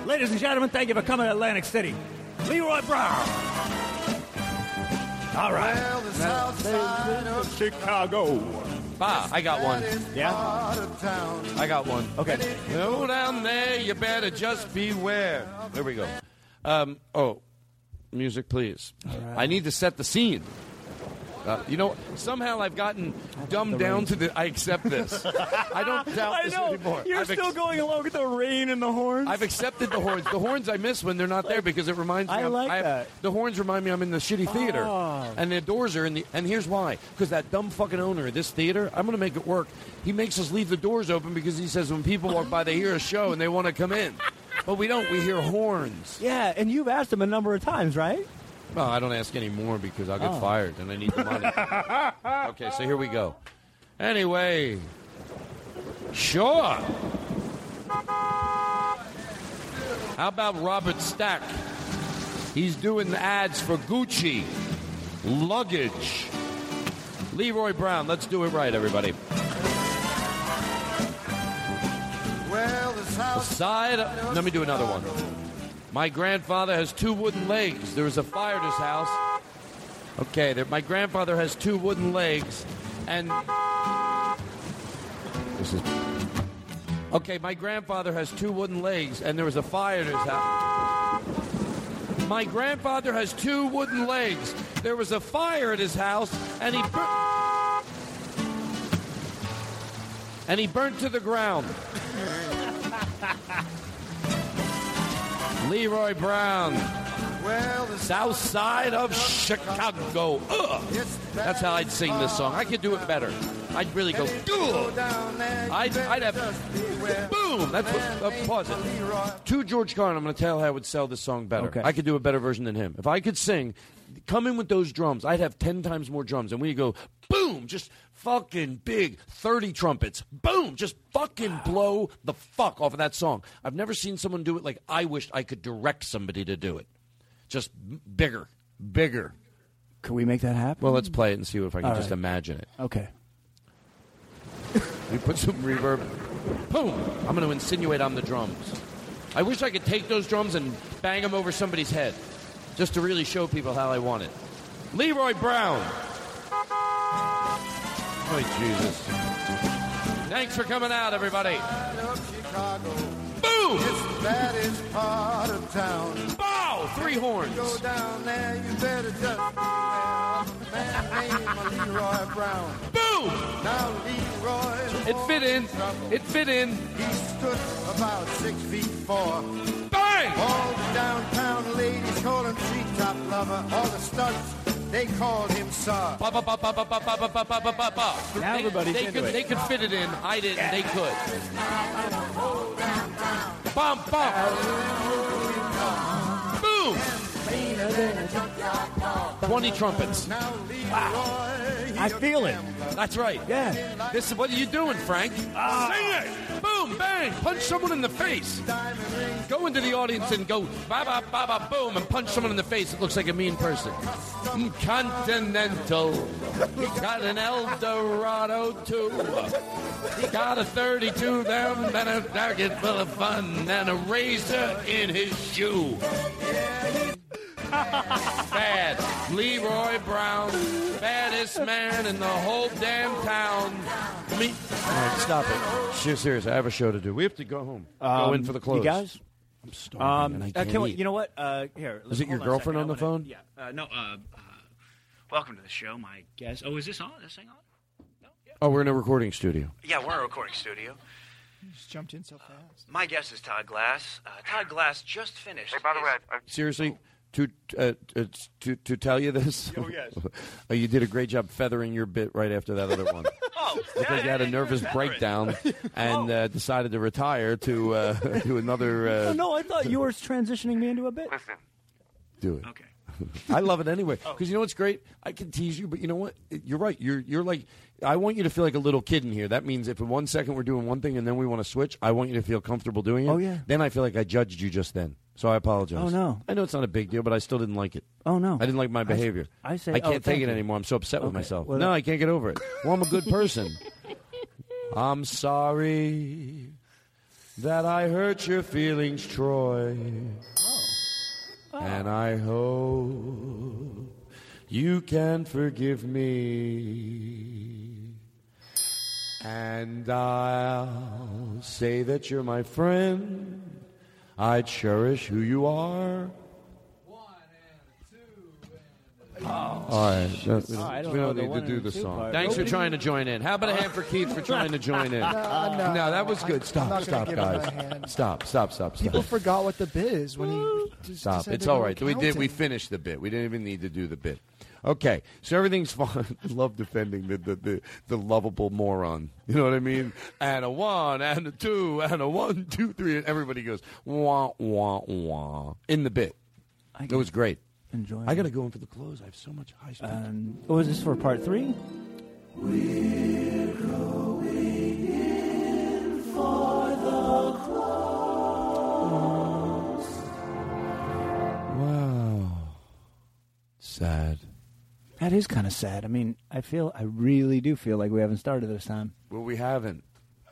Ladies and gentlemen, thank you for coming to Atlantic City. Leroy Brown. All right. Chicago. Ah, I got one. Yeah? I got one. Okay. Go down there, you better just beware. There we go. Um, oh, music, please. I need to set the scene. Uh, you know, somehow I've gotten dumbed down to the. I accept this. I don't doubt I this know. anymore. You're I've ex- still going along with the rain and the horns. I've accepted the horns. The horns I miss when they're not there because it reminds me. I I'm- like have- that. The horns remind me I'm in the shitty theater, Oh. and the doors are in the. And here's why: because that dumb fucking owner of this theater, I'm going to make it work. He makes us leave the doors open because he says when people walk by, they hear a show and they want to come in, but we don't. We hear horns. yeah, and you've asked him a number of times, right? Well, I don't ask any more because I'll get Oh. fired and I need the money. okay, so here we go. Anyway, sure. How about Robert Stack? He's doing ads for Gucci, luggage. Leroy Brown, let's do it right, everybody. Well, the The South side. Let me do another one. My grandfather has two wooden legs. There was a fire at his house. Okay, there, my grandfather has two wooden legs, and this is. Okay, my grandfather has two wooden legs, and there was a fire at his house. My grandfather has two wooden legs. There was a fire at his house, and he. bur- and he burnt to the ground. Leroy Brown. Well, the South Side of Chicago. Ugh. That's how I'd sing this song. I could do it better. I'd really go. "Ugh." I'd, I'd have. Boom. That's what. Uh, pause it. To George Carlin, I'm going to tell how I would sell this song better. I could do a better version than him. If I could sing, come in with those drums. I'd have ten times more drums, and we go. Boom. Just fucking big 30 trumpets. Boom. Just fucking blow the fuck off of that song. I've never seen someone do it like I wished I could direct somebody to do it. Just m- bigger, bigger. Could we make that happen? Well, let's play it and see if I can All just right. imagine it. Okay. We put some reverb. Boom! I'm going to insinuate I'm the drums. I wish I could take those drums and bang them over somebody's head, just to really show people how I want it. Leroy Brown. Oh Jesus! Thanks for coming out, everybody. of Chicago. Boom! It's the baddest part of town. Bow! Three horns. Go down there, you better just beware of a man named Leroy Brown. Boom! Now Leroy. It fit in. It fit in. He stood about six feet four. Bang! All the downtown ladies called him treetop lover. All the studs, they called him sir. Ba ba ba ba ba ba ba ba ba ba ba ba. Now They- everybody's they into could it. they could fit it in. I didn't. They could. Bum bum. Boom! Twenty trumpets. I feel it. That's right. Yeah. This is what are you doing, Frank? Sing it! Boom! Bang! Punch someone in the face. Go into the audience and go ba ba ba ba boom and punch someone in the face. It looks like a mean person. Mm, Continental. Got an Eldorado too. Got a 32 down and a target full of fun and a razor in his shoe. Bad. Leroy Brown. Baddest man in the whole damn town. I mean, all right, stop it. Ser- Seriously, I have a show to do. We have to go home. go Um, in for the close. You guys? I'm starving Um, and I uh, can't can we- eat. you know what? Uh, here, Is it your hold a girlfriend second. on the I phone? Yeah. Uh, no, uh, uh, welcome to the show, my guest. Oh, is this on? This thing on? Oh, we're in a recording studio. Yeah, we're a recording studio. Just jumped in so fast. My guest is Todd Glass. Uh, Todd Glass just finished. Hey, by the way, Seriously, to uh, uh, to to tell you this, Oh, yes. Uh, you did a great job feathering your bit right after that other one. Oh, I think you had a nervous breakdown Oh. and uh, decided to retire to uh, to another. Uh, Oh, no, I thought you were transitioning me into a bit. Listen. Do it. Okay. I love it anyway Oh. because you know what's great. I can tease you, but you know what? It- You're right. You're you're like I want you to feel like a little kid in here. That means if in one second we're doing one thing and then we want to switch, I want you to feel comfortable doing it. Oh, yeah. Then I feel like I judged you just then, so I apologize. Oh, no. I know it's not a big deal, but I still didn't like it. Oh, no. I didn't like my I s- behavior. I say, I oh, can't take thank it you. anymore. I'm so upset with Okay. myself. Well, no, that- I can't get over it. Well, I'm a good person. I'm sorry that I hurt your feelings, Troy. And I hope you can forgive me. And I'll say that you're my friend. I cherish who you are. All right. that's- Oh, I don't we know don't the need one to do and the two song. part. Thanks for Nobody- trying to join in. How about a hand for Keith for trying to join in? No, no, that was no, good. I'm Stop, not stop, gonna give him a guys. hand. Stop, stop, stop, People stop. forgot what the bit is when he just Stop. decided It's to all go right. We did. We accounting. finished the bit. We didn't even need to do the bit. Okay, so everything's fine. I love defending the, the, the, the lovable moron. You know what I mean? And a one, and a two, and a one, two, three, and everybody goes wah wah wah in the bit. It was great. Enjoy. I got to go in for the close. I have so much high speed. Um, what was this for part three? Wow. Sad. That is kind of sad. I mean, I feel, I really do feel like we haven't started this time. Well, we haven't.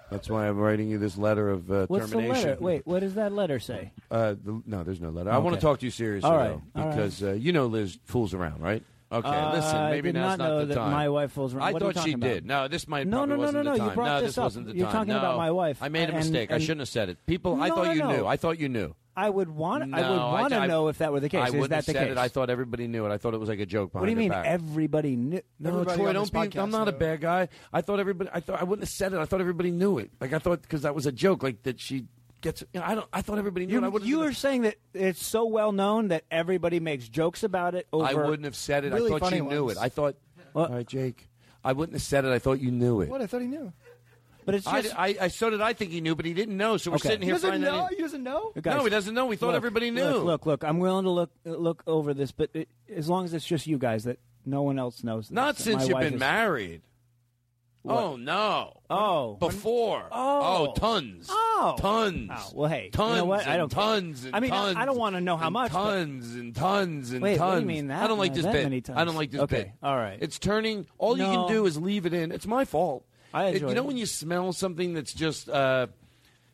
That's why I'm writing you this letter of uh, What's the termination. letter? Wait, what does that letter say? Uh, the, no, there's no letter. I want to Okay. talk to you seriously, All right, though, all right. because uh, you know Liz fools around, right? Okay, Uh, listen. I Maybe did now's not know the that time. my wife fools around. I What are you thought she talking about? did. No, this might No, probably no, no, wasn't no, the no, you time. brought no, this this, up. wasn't the You're time. talking no. about my wife, I made a and- mistake. I and- shouldn't have said it. People, I No, thought no, you no. knew. I thought you knew. I would want, I would No, want I- to know if that were the case. I is wouldn't that have the said case? it. I thought everybody knew it. I thought it was like a joke behind what do you their mean? back. Everybody knew. No, Troy, don't be. I'm not a bad guy. I thought everybody. I thought I wouldn't have said it. I thought everybody knew it. Like I thought because that was a joke. Like that she gets. You know, I don't. I thought everybody knew. it. I You, wouldn't. you were saying that it's so well known that everybody makes jokes about it. Over I wouldn't have said it. I thought you knew it. I thought. All right, Jake. I wouldn't have said it. I thought you knew it. What? I thought he knew. But it's I, just. I, I so did I think he knew, but he didn't know. So we're Okay. sitting He here doesn't finding. know. out- He doesn't know. Guys, no, he doesn't know. We thought look, everybody knew. Look, look, look. I'm willing to look look over this, but it, as long as it's just you guys, that no one else knows. Not this, that since my you've wife been is- married. What? Oh no. Oh, Before. Oh. tons. Oh. Tons. Oh, well, hey, Tons you know what? And I don't care. tons and I mean, I- tons I don't wanna know how and much, but- Tons and tons and Wait, tons. what do you mean that- I don't like this that bit. many I tons? don't like this Okay, bit. all right. It's turning. All you No. can do is leave it in. It's my fault. I It- enjoyed You know it. when you smell something that's just. Uh,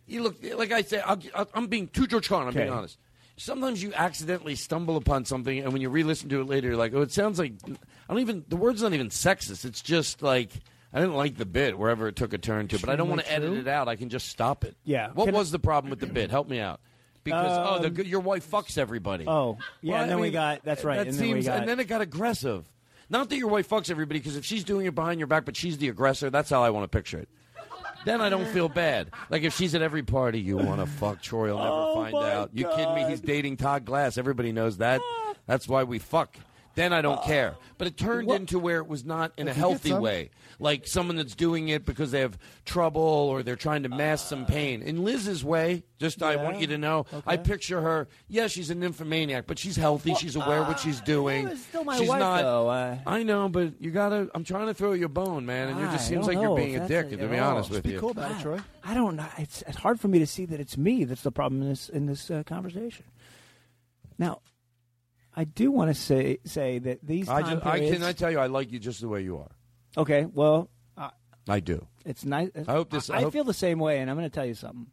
you look like I say. I'll, I'll, I'm being too George Carlin. I'm Okay. being honest. Sometimes you accidentally stumble upon something, and when you re-listen to it later, you're like, "Oh, it sounds like I don't even." The word's not even sexist. It's just like I didn't like the bit wherever it took a turn to, but I don't want to Extremely edit true. it out. I can just stop it. Yeah. What Can I- was the problem with the bit? Help me out. Because oh, the, Um, g- your wife fucks everybody. Oh, yeah, and then we got- that's right, That and then we seems, got- and then it got aggressive. Not that your wife fucks everybody, because if she's doing it behind your back, but she's the aggressor, that's how I want to picture it. Then I don't feel bad. Like if she's at every party, you want to fuck Troy. You'll never Oh, find my out. You kidding me? He's dating Todd Glass. Everybody knows that. That's why we fuck. Then I don't care. But it turned What? into where it was not in I a can get healthy some. way. Like someone that's doing it because they have trouble or they're trying to mask some pain. In Liz's way, just I want Yeah. you to know, I Okay. picture her, yeah, she's a nymphomaniac, but she's healthy. Well, she's aware what she's doing. it's still my she's wife, not. though, I know, but you gotta. I'm trying to throw you a bone, man, and it I just seems don't like you're know being if a that's dick. it To at be all. honest with you, I- I don't know. It's, it's hard for me to see that it's me that's the problem in this in this uh, conversation. Now, I do want to say say that these I, time just, I periods- can. I tell you, I like you just the way you are. okay, well, I, I do. it's nice. I hope this- I I, hope- feel the same way, and I'm going to tell you something.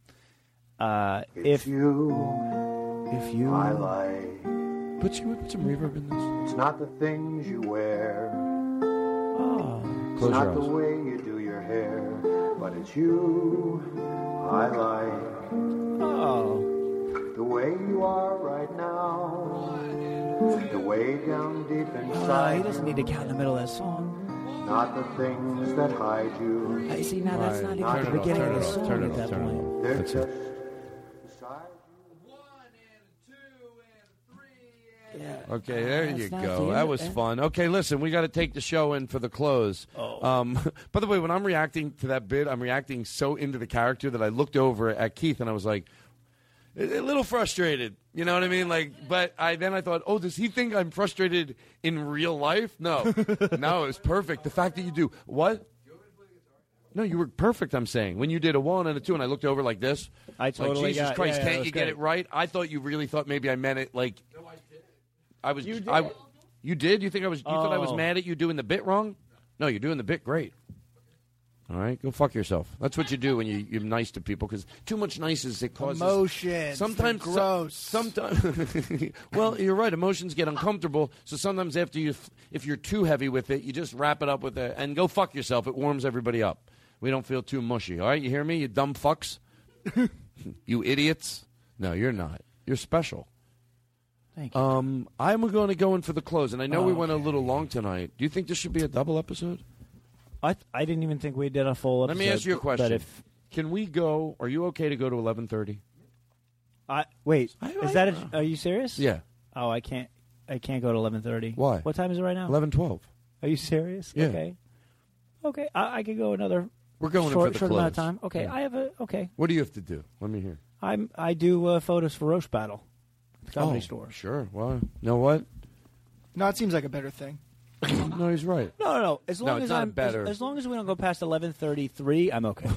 Uh, if you, if you, My life. Put, you, put some reverb in this. It's not the things you wear. oh, it's Close not your the eyes. way you do your hair, but it's you I like. Oh. The way you are right now. The way down deep uh, he inside. doesn't need to count in the middle of that song. not the things that hide you. I see, now that's Right. not even Turn the it off, beginning turn of it the off, song turn it at off, that turn it point. off. They're That's just it. beside Uh, Okay, there That's you not go. the that end, was eh? fun. Okay, listen, we got to take the show in for the close. Oh. Um, by the way, when I'm reacting to that bit, I'm reacting so into the character that I looked over at Keith and I was like, a a little frustrated. You know what I mean? Like, but I then I thought, oh, does he think I'm frustrated in real life? No, no, it was perfect. The fact that you do what? No, you were perfect. I'm saying when you did a one and a two, and I looked over like this. I totally like, Jesus got- Christ, yeah, yeah, can't that you was get great. it right? I thought you really thought maybe I meant it like I was. You did. I, you did. You think I was? You thought I was Oh. mad at you doing the bit wrong? No, you're doing the bit great. All right, go fuck yourself. That's what you do when you, you're nice to people because too much nice is it causes Emotions. Sometimes They're gross. Sometimes, well, you're right. Emotions get uncomfortable, so sometimes after you, if you're too heavy with it, you just wrap it up with a and go fuck yourself. It warms everybody up. We don't feel too mushy. All right, you hear me? You dumb fucks. you idiots. No, you're not. You're special. Thank you. Um, I'm going to go in for the close, and I know we went a Okay. little long tonight. Do you think this should be a double episode? I I didn't even think we did a full. Let Episode, me ask you a but question. if- Can we go? Are you okay to go to 11:30? I wait. is that? A, are you serious? Yeah. Oh, I can't. I can't go to eleven thirty. Why? What time is it right now? 11:12. Are you serious? Yeah. Okay. Okay, I, I could go another. We're going in short, for the short close. amount of time. Okay, Yeah. I have a okay. What do you have to do? Let me hear. I'm I do uh, photos for roast battle, at the comedy Oh, store. Sure. Well, you know what? No, it seems like a better thing. no, he's right. No, no, no. As No, long it's as not I'm better. As, as long as we don't go past eleven thirty three, I'm okay.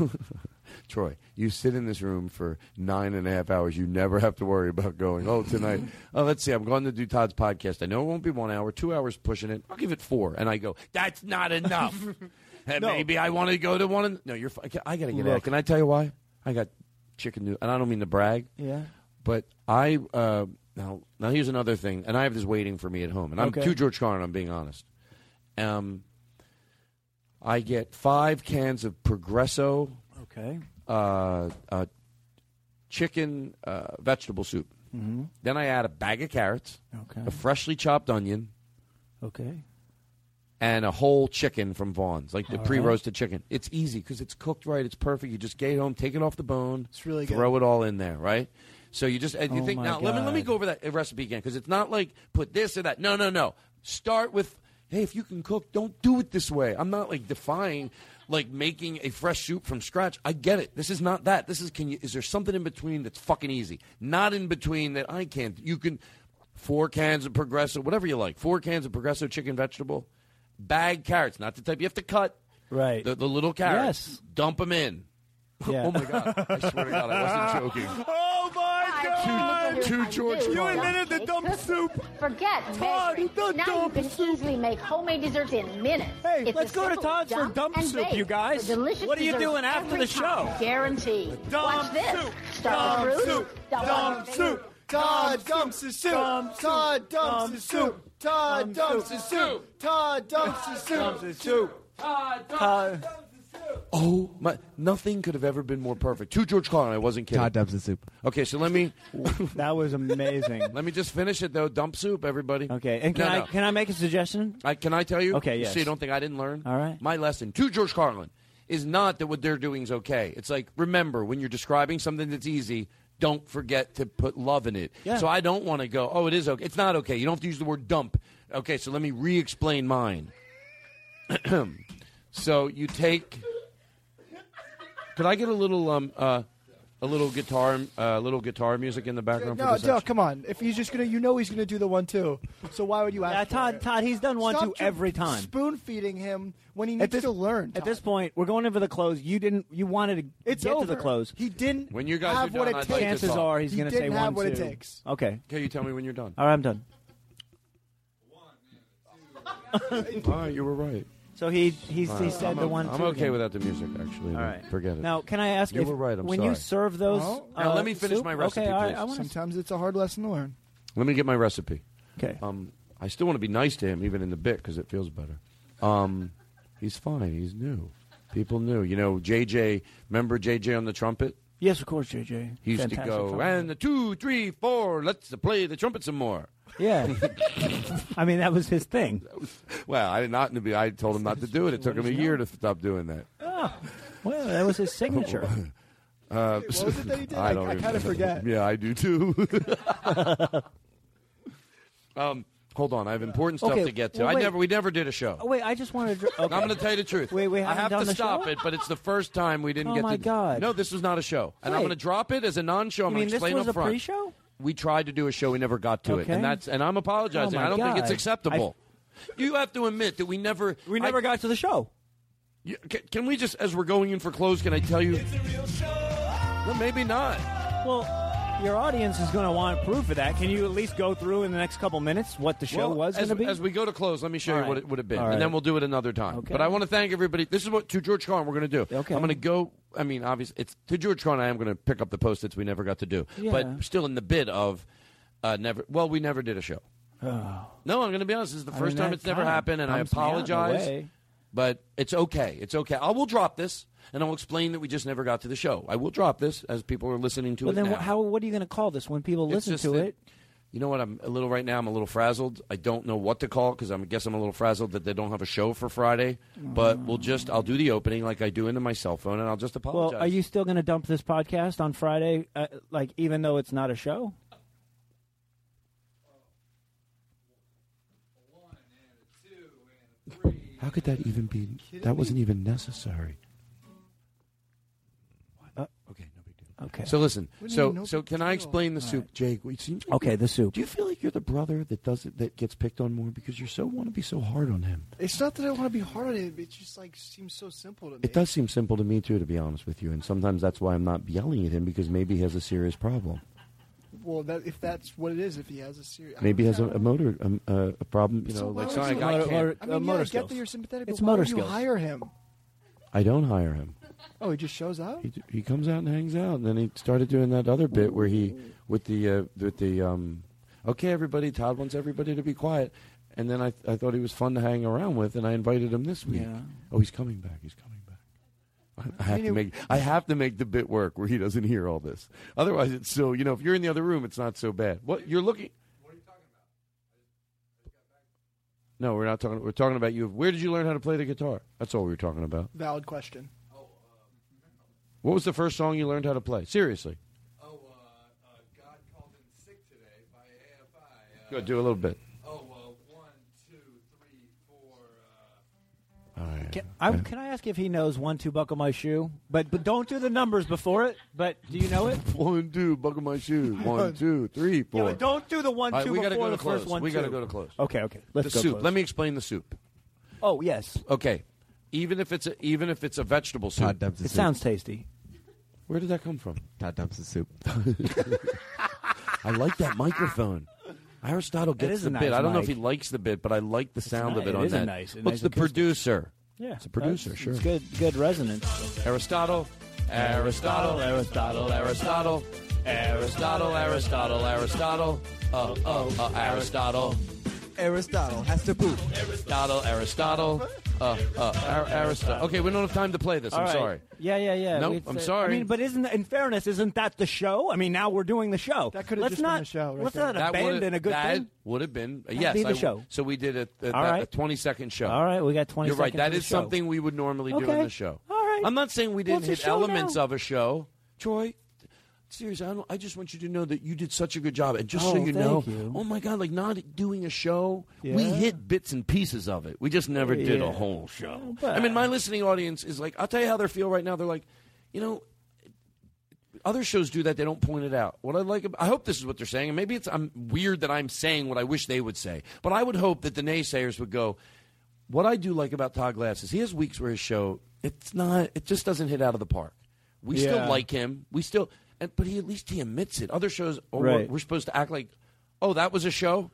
Troy, you sit in this room for nine and a half hours. You never have to worry about going, oh, tonight, oh, let's see, I'm going to do Todd's podcast. I know it won't be one hour, two hours pushing it. I'll give it four. And I go, that's not enough. and No. Maybe I want to go to one. And, no, you're, fi- I got to get out. Look. Can I tell you why? I got chicken noodle, and I don't mean to brag. Yeah. But I, uh, now, now here's another thing, and I have this waiting for me at home. And I'm Okay. too George Carlin, I'm being honest. Um, I get five cans of Progresso okay. uh, uh, chicken uh, vegetable soup. Mhm. Then I add a bag of carrots, Okay. a freshly chopped onion, Okay. and a whole chicken from Vaughn's, like the All right. pre-roasted chicken. It's easy because it's cooked right. It's perfect. You just get it home, take it off the bone, it's really throw good. it all in there, right? So you just and you Oh think my now let me let me go over that recipe again because it's not like put this or that. No, no, no. Start with hey, if you can cook, don't do it this way. I'm not like defying like making a fresh soup from scratch. I get it. This is not that. This is can you is there something in between that's fucking easy? Not in between that I can't. You can four cans of Progresso, whatever you like. Four cans of Progresso chicken vegetable, bag carrots, not the type you have to cut. Right. The, the little carrots. Yes. Dump them in. Yeah. oh my god! I swear to God, I wasn't joking. Oh my God! Two George You Carlin. invented the dump soup. Forget measuring. now you can easily make homemade desserts in minutes. Hey, let's go to Todd's for dump soup, you guys. Delicious What are you desserts doing after every the time, show? Guaranteed. Dump Watch this. soup. Start with Dump fruit. soup. Double Dump fruit. soup. Todd dumps his soup. Todd dumps his soup. Todd dumps his soup. Todd dumps his soup. Dumps his soup. Todd dumps Oh my! Nothing could have ever been more perfect. To George Carlin, I wasn't kidding. Todd dumps his soup. Okay, so let me. that was amazing. Let me just finish it though. Dump soup, everybody. Okay, and can No, I no. can I make a suggestion? I, can I tell you? Okay, yes. So you don't think I didn't learn? All right. My lesson to George Carlin is not that what they're doing is okay. It's like remember when you're describing something that's easy, don't forget to put love in it. Yeah. So I don't want to go. Oh, it is okay. It's not okay. You don't have to use the word dump. Okay, so let me re explain mine. so you take. Could I get a little um uh, a little guitar uh, little guitar music in the background? for No, this no, action? come on. If he's just gonna, you know, he's gonna do the one two. So why would you ask? Yeah, for Todd- it? Todd, he's done one, Stop two ju- every time. Spoon feeding him when he needs to learn. At this point, we're going in for the close. You didn't. You wanted to It's get to the over. close. He didn't When you guys have are what done, it I'd takes. like Chances to talk. are he's going to say didn't have one, what it two. takes. Okay. Can you tell me when you're done? All right, I'm done. All right, you were right. So he he, All he right, said I'm, the one. I'm two okay again. without the music, actually. All right, Mm, forget it. Now, can I ask You if were right. I'm when sorry. you serve those? Oh, Now, uh, let me finish soup? my recipe, Okay, all right, please. I wanna- Sometimes it's a hard lesson to learn. Let me get my recipe. Okay. Um, I still want to be nice to him, even in the bit, because it feels better. Um, he's fine. He's new. People knew. You know, JJ. Remember JJ on the trumpet? Yes, of course, JJ. He used Fantastic to go trumpet. and the two, three, four. Let's play the trumpet some more. Yeah. I mean, that was his thing. Well, I did not. I told him not to do it. It took him a year to stop doing that. Oh, well, that was his signature. Uh, What was it that he did? I I- don't I even- kinda forget. yeah, I do too. um, hold on, I have important stuff Okay, to get to. well, I wait. never, we never did a show. Oh, wait, I just wanted to. Okay. I'm going to tell you the truth. Wait, we I haven't have done to the stop show? it, but it's the first time we didn't Oh, get my to. God. No, this was not a show, and I'm Wait. going to drop it as a non-show. I'm You going mean to this explain was up a front. pre-show? We tried to do a show, we never got to it, Okay. and that's and I'm apologizing. Oh, my I don't think it's God. acceptable. You have to admit that we never we never got to the show. can, can we just, as we're going in for close, can I tell you? Well, maybe not. Well, your audience is going to want proof of that. Can you at least go through in the next couple minutes what the show Well, was as, going to be? as we go to close, let me show All you right. what it would have been, All and then right. we'll do it another time. But I want to thank everybody. This is what to George Carlin we're going to do. Okay. I'm going to go. I mean, obviously, it's to George Carlin. I am going to pick up the post-its we never got to do, Yeah. but still in the bid of uh, never. Well, we never did a show. Oh. No, I'm going to be honest. This is the I first mean, time that it's never kinda happened, and I bums me out in a apologize. way. But it's okay. It's okay. I will drop this, and I'll explain that we just never got to the show. I will drop this as people are listening to but it then, now. wh- how? What are you going to call this when people It's listen just to that- it? You know what? I'm a little right now. I'm a little frazzled. I don't know what to call because I guess I'm a little frazzled that they don't have a show for Friday. But we'll just I'll do the opening like I do into my cell phone, and I'll just apologize. Well, are you still going to dump this podcast on Friday? Uh, like, even though it's not a show. How could that even be? That wasn't even necessary. Uh, okay, no big deal. Okay. So listen. What do you mean, So no so big can I deal? explain the All soup, Jake? We seem like Okay, you're- the soup. Do you feel like you're the brother that does it that gets picked on more because you so want to be so hard on him? It's not that I want to be hard on it. It just like seems so simple to me. It does seem simple to me too, to be honest with you. And sometimes that's why I'm not yelling at him because maybe he has a serious problem. Well, that, if that's what it is, if he has a serious, Maybe he has a, a motor um, uh, a problem. You know, So why like would something you- I Motor- can't. I mean, yeah, I get that you're sympathetic. But why would you hire him? I don't hire him. Oh, he just shows up. He, d- he comes out and hangs out, and then he started doing that other bit where he with the uh, with the um, okay, everybody. Todd wants everybody to be quiet, and then I th- I thought he was fun to hang around with, and I invited him this week. Yeah. Oh, he's coming back. He's coming back. I, I have mean, to it- make I have to make the bit work where he doesn't hear all this. Otherwise, it's so you know if you're in the other room, it's not so bad. What you're looking. No, we're not talking. We're talking about you. Where did you learn how to play the guitar? That's all we were talking about. Valid question. What was the first song you learned how to play? Seriously. Oh, uh, uh, God called in sick today by AFI. Go do a little bit. Oh, well, one, two, three, Can I, can I ask if he knows one, two, buckle my shoe? But but don't do the numbers before it. But do you know it? four. One, two, buckle my shoes. One, two, three, Yeah, four. but don't do the one, All right, two we gotta before go to the close. first one. We gotta two. go to close. Okay, okay. Let's the go soup. close. Let me explain the soup. Oh yes, Okay, even if it's a, even if it's a vegetable soup, Todd dumps the it soup. sounds tasty. Where did that come from? Todd dumps the soup. I like that microphone. Aristotle That gets is the a bit. nice I don't know if mic. he likes the bit, but I like the sound nice- of it it on is a that. nice- a What's nice the acoustic. producer? Yeah, it's a producer. that's- sure, It's good good resonance. Aristotle. Aristotle, Aristotle, Aristotle, Aristotle, Aristotle, Aristotle, uh, oh, uh, Aristotle, Aristotle has to poop. Aristotle, Aristotle, uh, uh, Aristotle. Okay, we don't have time to play this. All I'm right. sorry. Yeah, yeah, yeah. Nope, We'd I'm say- sorry. I mean, but isn't in fairness, isn't that the show? I mean, now we're doing the show. That could've let's just been not, the show right Let's there. not That would've- abandon a good that thing. would have been That'd yes. be the I- show. So we did a, a, All that- right. a 20 second show. All right, we got 20 You're right. seconds That of the is show. something we would normally do in Okay. the show. All right. I'm not saying we didn't Well, it's a hit show elements now. of a show, Troy. seriously, I, don't, I just want you to know that you did such a good job. And just so Oh, you know, thank you. oh my God, like not doing a show, we Yeah. hit bits and pieces of it. We just never did Yeah. a whole show. But- I mean, my listening audience is like, I'll tell you how they feel right now. They're like, you know, other shows do that. They don't point it out. What I like, ab- I hope this is what they're saying, and maybe it's I'm weird that I'm saying what I wish they would say, but I would hope that the naysayers would go. What I do like about Todd Glass is he has weeks where his show it's not, it just doesn't hit out of the park. We Yeah. still like him. We still, and, but he at least he admits it. Other shows, oh, Right. we're, we're supposed to act like, oh, that was a show.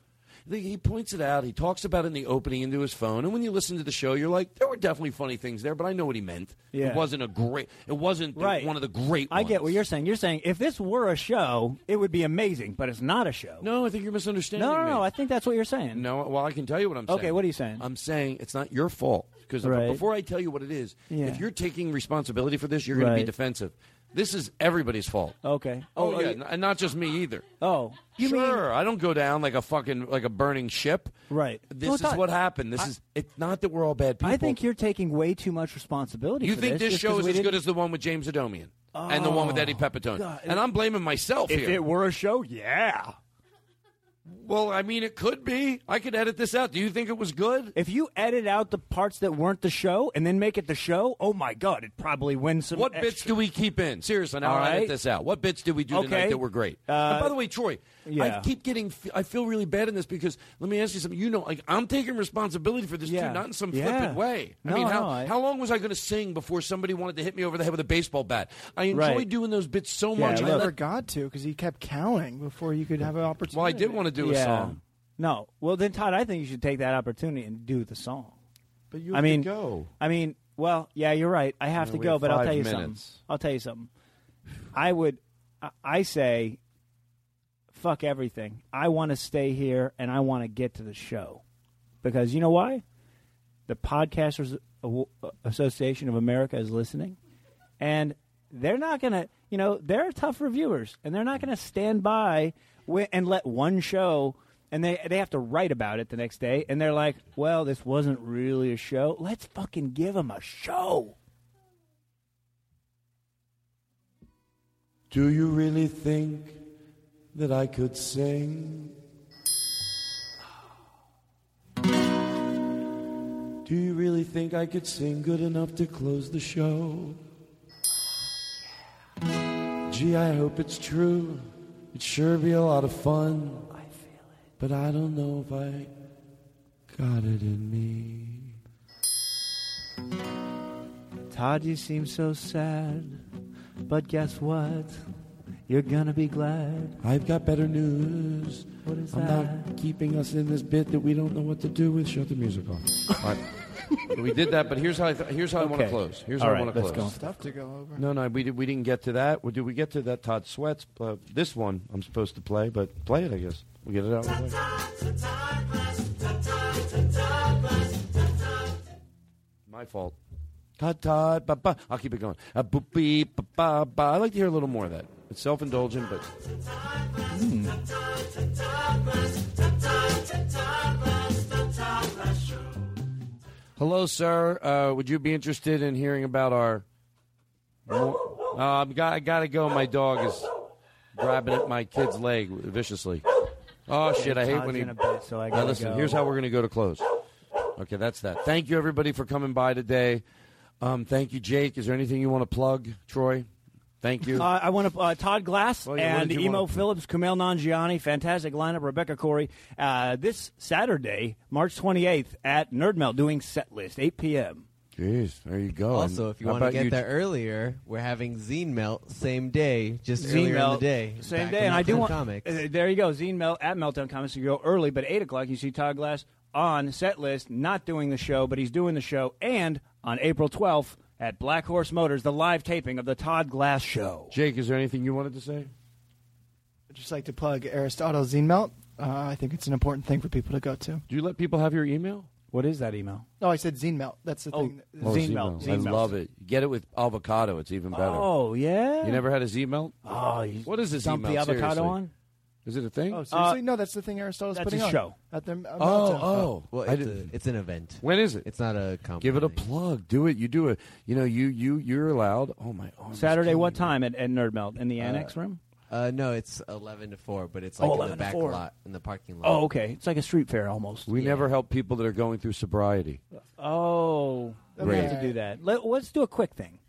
He he points it out. He talks about it in the opening into his phone. And when you listen to the show, you're like, there were definitely funny things there, but I know what he meant. Yeah. It wasn't a great. It wasn't the- Right. one of the great. I get what you're saying. You're saying if this were a show, it would be amazing, but it's not a show. No, I think you're misunderstanding. No, no, me. no. I think that's what you're saying. No, well, I can tell you what I'm saying. Okay, what are you saying? I'm saying it's not your fault. Because Right. before I tell you what it is, Yeah. if you're taking responsibility for this, you're going to be Right. defensive. This is everybody's fault. Okay. Oh, Oh, yeah, you- and not just me either. Oh, sure. I don't go down like a fucking like a burning ship. Right. This No, is Todd, what happened. This I- is it's not that we're all bad people. I think you're taking way too much responsibility. you for think this, just show 'cause is we as good didn't- Oh, as the one with James Adomian and the one with Eddie Pepitone, God. and I'm blaming myself If here. it were a show, yeah. Well, I mean, it could be. I could edit this out. Do you think it was good? If you edit out the parts that weren't the show and then make it the show, oh my god, it probably wins some. What extra- bits do we keep in? Seriously, now All I'll right. edit this out. What bits did we do Okay. tonight that were great? Uh, and by the way, Troy, yeah. I keep getting. I feel really bad in this because let me ask you something. You know, like I'm taking responsibility for this Yeah. too, not in some Yeah. flippant way. I No, mean, how no, I- how long was I going to sing before somebody wanted to hit me over the head with a baseball bat? I enjoy Right. doing those bits so much. I I let- forgot to because he kept counting before you could have an opportunity. well, I did want to do Yeah. a song. No, well then, Todd, I think you should take that opportunity and do the song. But you I have mean, to go. I mean, well, yeah, you're right. I have Yeah, to we go, have but I'll five tell you minutes. something. I'll tell you something. I would, I- I say, fuck everything. I want to stay here and I want to get to the show because you know why? The Podcasters Aw- Association of America is listening, and they're not gonna, you know, they're tough reviewers, and they're not gonna stand by wi- and let one show. And they, they have to write about it the next day, and they're like, "Well, this wasn't really a show. Let's fucking give them a show." Do you really think that I could sing? Do you really think I could sing good enough to close the show? Gee, I hope it's true. It'd sure be a lot of fun. I feel it. But I don't know if I got it in me. Todd, you seem so sad, but guess what? You're gonna be glad. I've got better news. What is I'm that? not keeping us in this bit that we don't know what to do with. Shut the music off. All right. we did that, but here's how I th- here's how I want to Okay. close. Here's All how right, I want to let's close. go. Stuff to go over. No, no, we did, we didn't get to that. Well, did we get to that Todd Sweats? Uh, this one I'm supposed to play, but play it, I guess. We'll get it out. right away. My fault. Todd, Todd, ba ba. I'll keep it going. Uh, boop, beep, ba ba ba. I like to hear a little more of that. It's self indulgent, but. Hmm. Hello, sir. Uh, would you be interested in hearing about our? Mo- Uh, I'm got, I gotta go. My dog is grabbing at my kid's leg viciously. Oh shit! I hate Todd's when he. in a bit, so I Now gotta listen. go. Here's how we're gonna go to close. Okay, that's that. Thank you everybody for coming by today. Um, thank you, Jake. Is there anything you want to plug, Troy? Thank you. Uh, I want to uh, Todd Glass Oh, yeah, what and did you Emo wanna- Phillips, Kumail Nanjiani, fantastic lineup. Rebecca Corey uh, this Saturday, March 28th at Nerdmelt, doing set list 8 p.m. Jeez, there you go. Also, And if you how want to about get you, there earlier, we're having Zine Melt same day, just Zine earlier in Melt, the day. Same back day, from and I do Meltdown want. comics. uh, there you go, Zine Melt at Meltdown Comics. You go early, but eight o'clock you see Todd Glass on set list, not doing the show, but he's doing the show, and on April twelfth at Black Horse Motors, the live taping of the Todd Glass show. Jake, is there anything you wanted to say? I'd just like to plug Aristotle Zine Melt. Uh, I think it's an important thing for people to go to. Do you let people have your email? What is that email? Oh, I said Zine Melt. That's the thing. Oh, Z-Melt. I love it. Get it with avocado. It's even better. Oh yeah. You never had a Z melt? Oh, you what is this dump Z-melt, the avocado seriously? on? Is it a thing? Oh, seriously? no, that's the thing Aristotle's Uh, that's putting his on. show. At the, uh, Oh, Meltdown. oh. Well, I it's, a, didn't- it's an event. When is it? It's not a company. Give it a plug. Do it. You do it. You know, you you you're allowed. Oh my. arm is Saturday, killing what me. time at, at Nerd Melt in the annex room? Uh, no, it's eleven to four, but it's like Oh, in the 11 to back 4. lot in the parking lot. Oh, okay. It's like a street fair almost. We never help people that are going through sobriety. Oh, we have to Great. do that. Let, let's do a quick thing.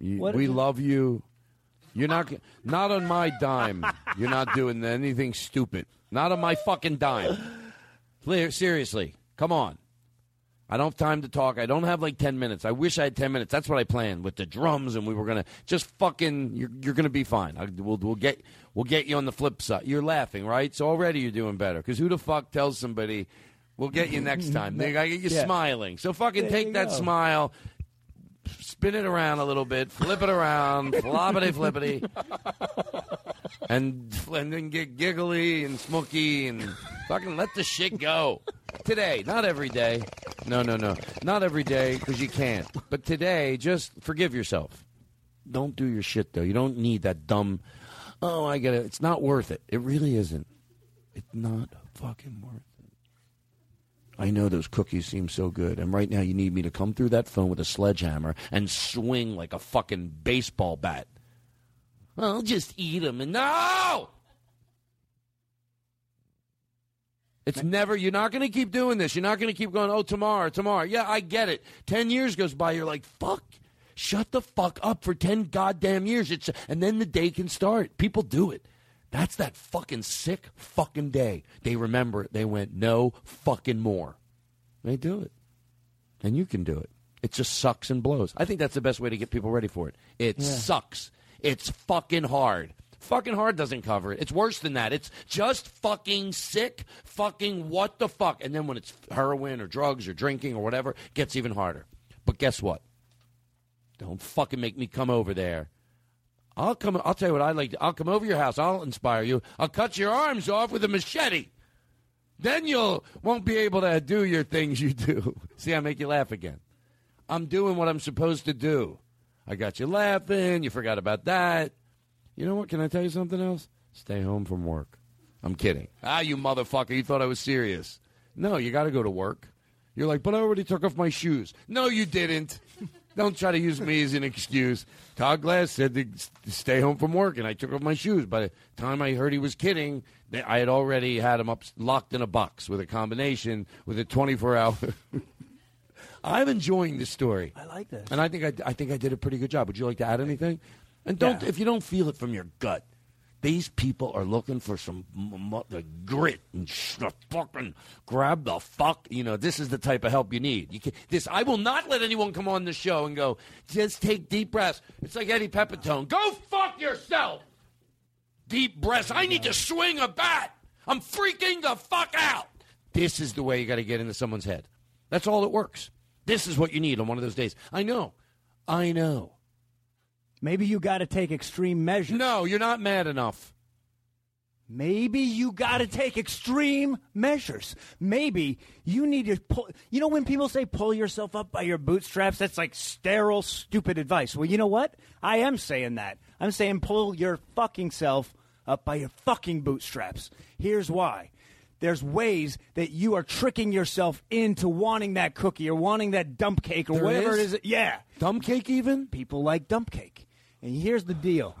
You- What- we love you. You're not g- not on my dime. You're not doing anything stupid. Not on my fucking dime. Clear- Seriously, come on. I don't have time to talk. I don't have like ten minutes. I wish I had ten minutes. That's what I planned with the drums, and we were gonna just fucking. You're, you're gonna be fine. I, we'll we'll get we'll get you on the flip side. You're laughing, right? So already you're doing better. Because who the fuck tells somebody we'll get you next time? They gotta get you Yeah. smiling. So fucking There take you that go. smile, spin it around a little bit, flip it around, floppity flippity, and and then get giggly and smoky and fucking let the shit go. Today, not every day. No, no, no, not every day because you can't. But today, just forgive yourself. Don't do your shit though. You don't need that dumb. Oh, I get it. It's not worth it. It really isn't. It's not fucking worth it. I know those cookies seem so good, and right now you need me to come through that phone with a sledgehammer and swing like a fucking baseball bat. I'll just eat them and no! It's never, you're not going to keep doing this. You're not going to keep going, oh, tomorrow, tomorrow. Yeah, I get it. 10 years goes by, you're like, fuck, shut the fuck up for 10 goddamn years. It's, and then the day can start. People do it. That's that fucking sick fucking day. They remember it. They went, no fucking more. They do it. And you can do it. It just sucks and blows. I think that's the best way to get people ready for it. It Yeah. sucks. It's fucking hard. Fucking hard doesn't cover it. It's worse than that. It's just fucking sick, fucking what the fuck. And then when it's heroin or drugs or drinking or whatever, it gets even harder. But guess what? Don't fucking make me come over there. I'll come. I'll tell you what I like. to- I'll come over your house. I'll inspire you. I'll cut your arms off with a machete. Then you'll won't be able to do your things you do. See, I make you laugh again. I'm doing what I'm supposed to do. I got you laughing. You forgot about that. You know what? Can I tell you something else? Stay home from work. I'm kidding. Ah, you motherfucker. You thought I was serious. No, you got to go to work. You're like, but I already took off my shoes. No, you didn't. Don't try to use me as an excuse. Todd Glass said to s- stay home from work, and I took off my shoes. By the time I heard he was kidding, th- I had already had him up, locked in a box with a combination with a 24 hour. I'm enjoying this story. I like this. And I think I, I think I did a pretty good job. Would you like to add anything? And don't if you don't feel it from your gut, these people are looking for some m- m- the grit and sh- the fucking grab the fuck. You know, this is the type of help you need. You can, this I will not let anyone come on the show and go just take deep breaths. It's like Eddie Pepitone. Go fuck yourself. Deep breaths. I need to swing a bat. I'm freaking the fuck out. This is the way you got to get into someone's head. That's all that works. This is what you need on one of those days. I know. I know. Maybe you got to take extreme measures. No, you're not mad enough. Maybe you got to take extreme measures. Maybe you need to pull. You know, when people say pull yourself up by your bootstraps, that's like sterile, stupid advice. Well, you know what? I am saying that. I'm saying pull your fucking self up by your fucking bootstraps. Here's why there's ways that you are tricking yourself into wanting that cookie or wanting that dump cake or There whatever is? it is. Yeah. Dump cake, even? People like dump cake. And here's the deal.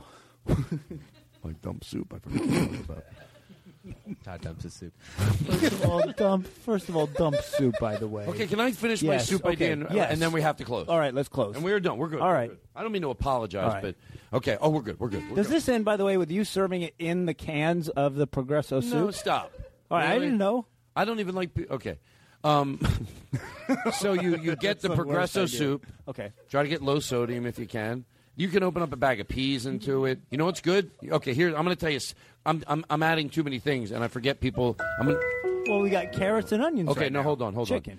Like dump soup, I forgot about. Todd dumps his soup. First of all, dump. First of all, dump soup. By the way. Okay, can I finish my Yes, soup okay, idea? And, yes. uh, and then we have to close. All right, let's close. And we're done. We're good. All We're right. good. I don't mean to apologize, All right. but okay. Oh, we're good. We're good. We're Does good. this end, by the way, with you serving it in the cans of the Progresso soup? No, stop. All right, I Really? didn't know. I don't even like. pe- Okay. Um, so you, you get That's the the worst Progresso idea. soup. Okay. Try to get low sodium if you can. You can open up a bag of peas into it. You know what's good? Okay, here I'm going to tell you. s- I'm, I'm I'm adding too many things, and I forget people. I'm gonna, Well, we got carrots and onions. Okay, right no, now. hold on, hold on. Chicken.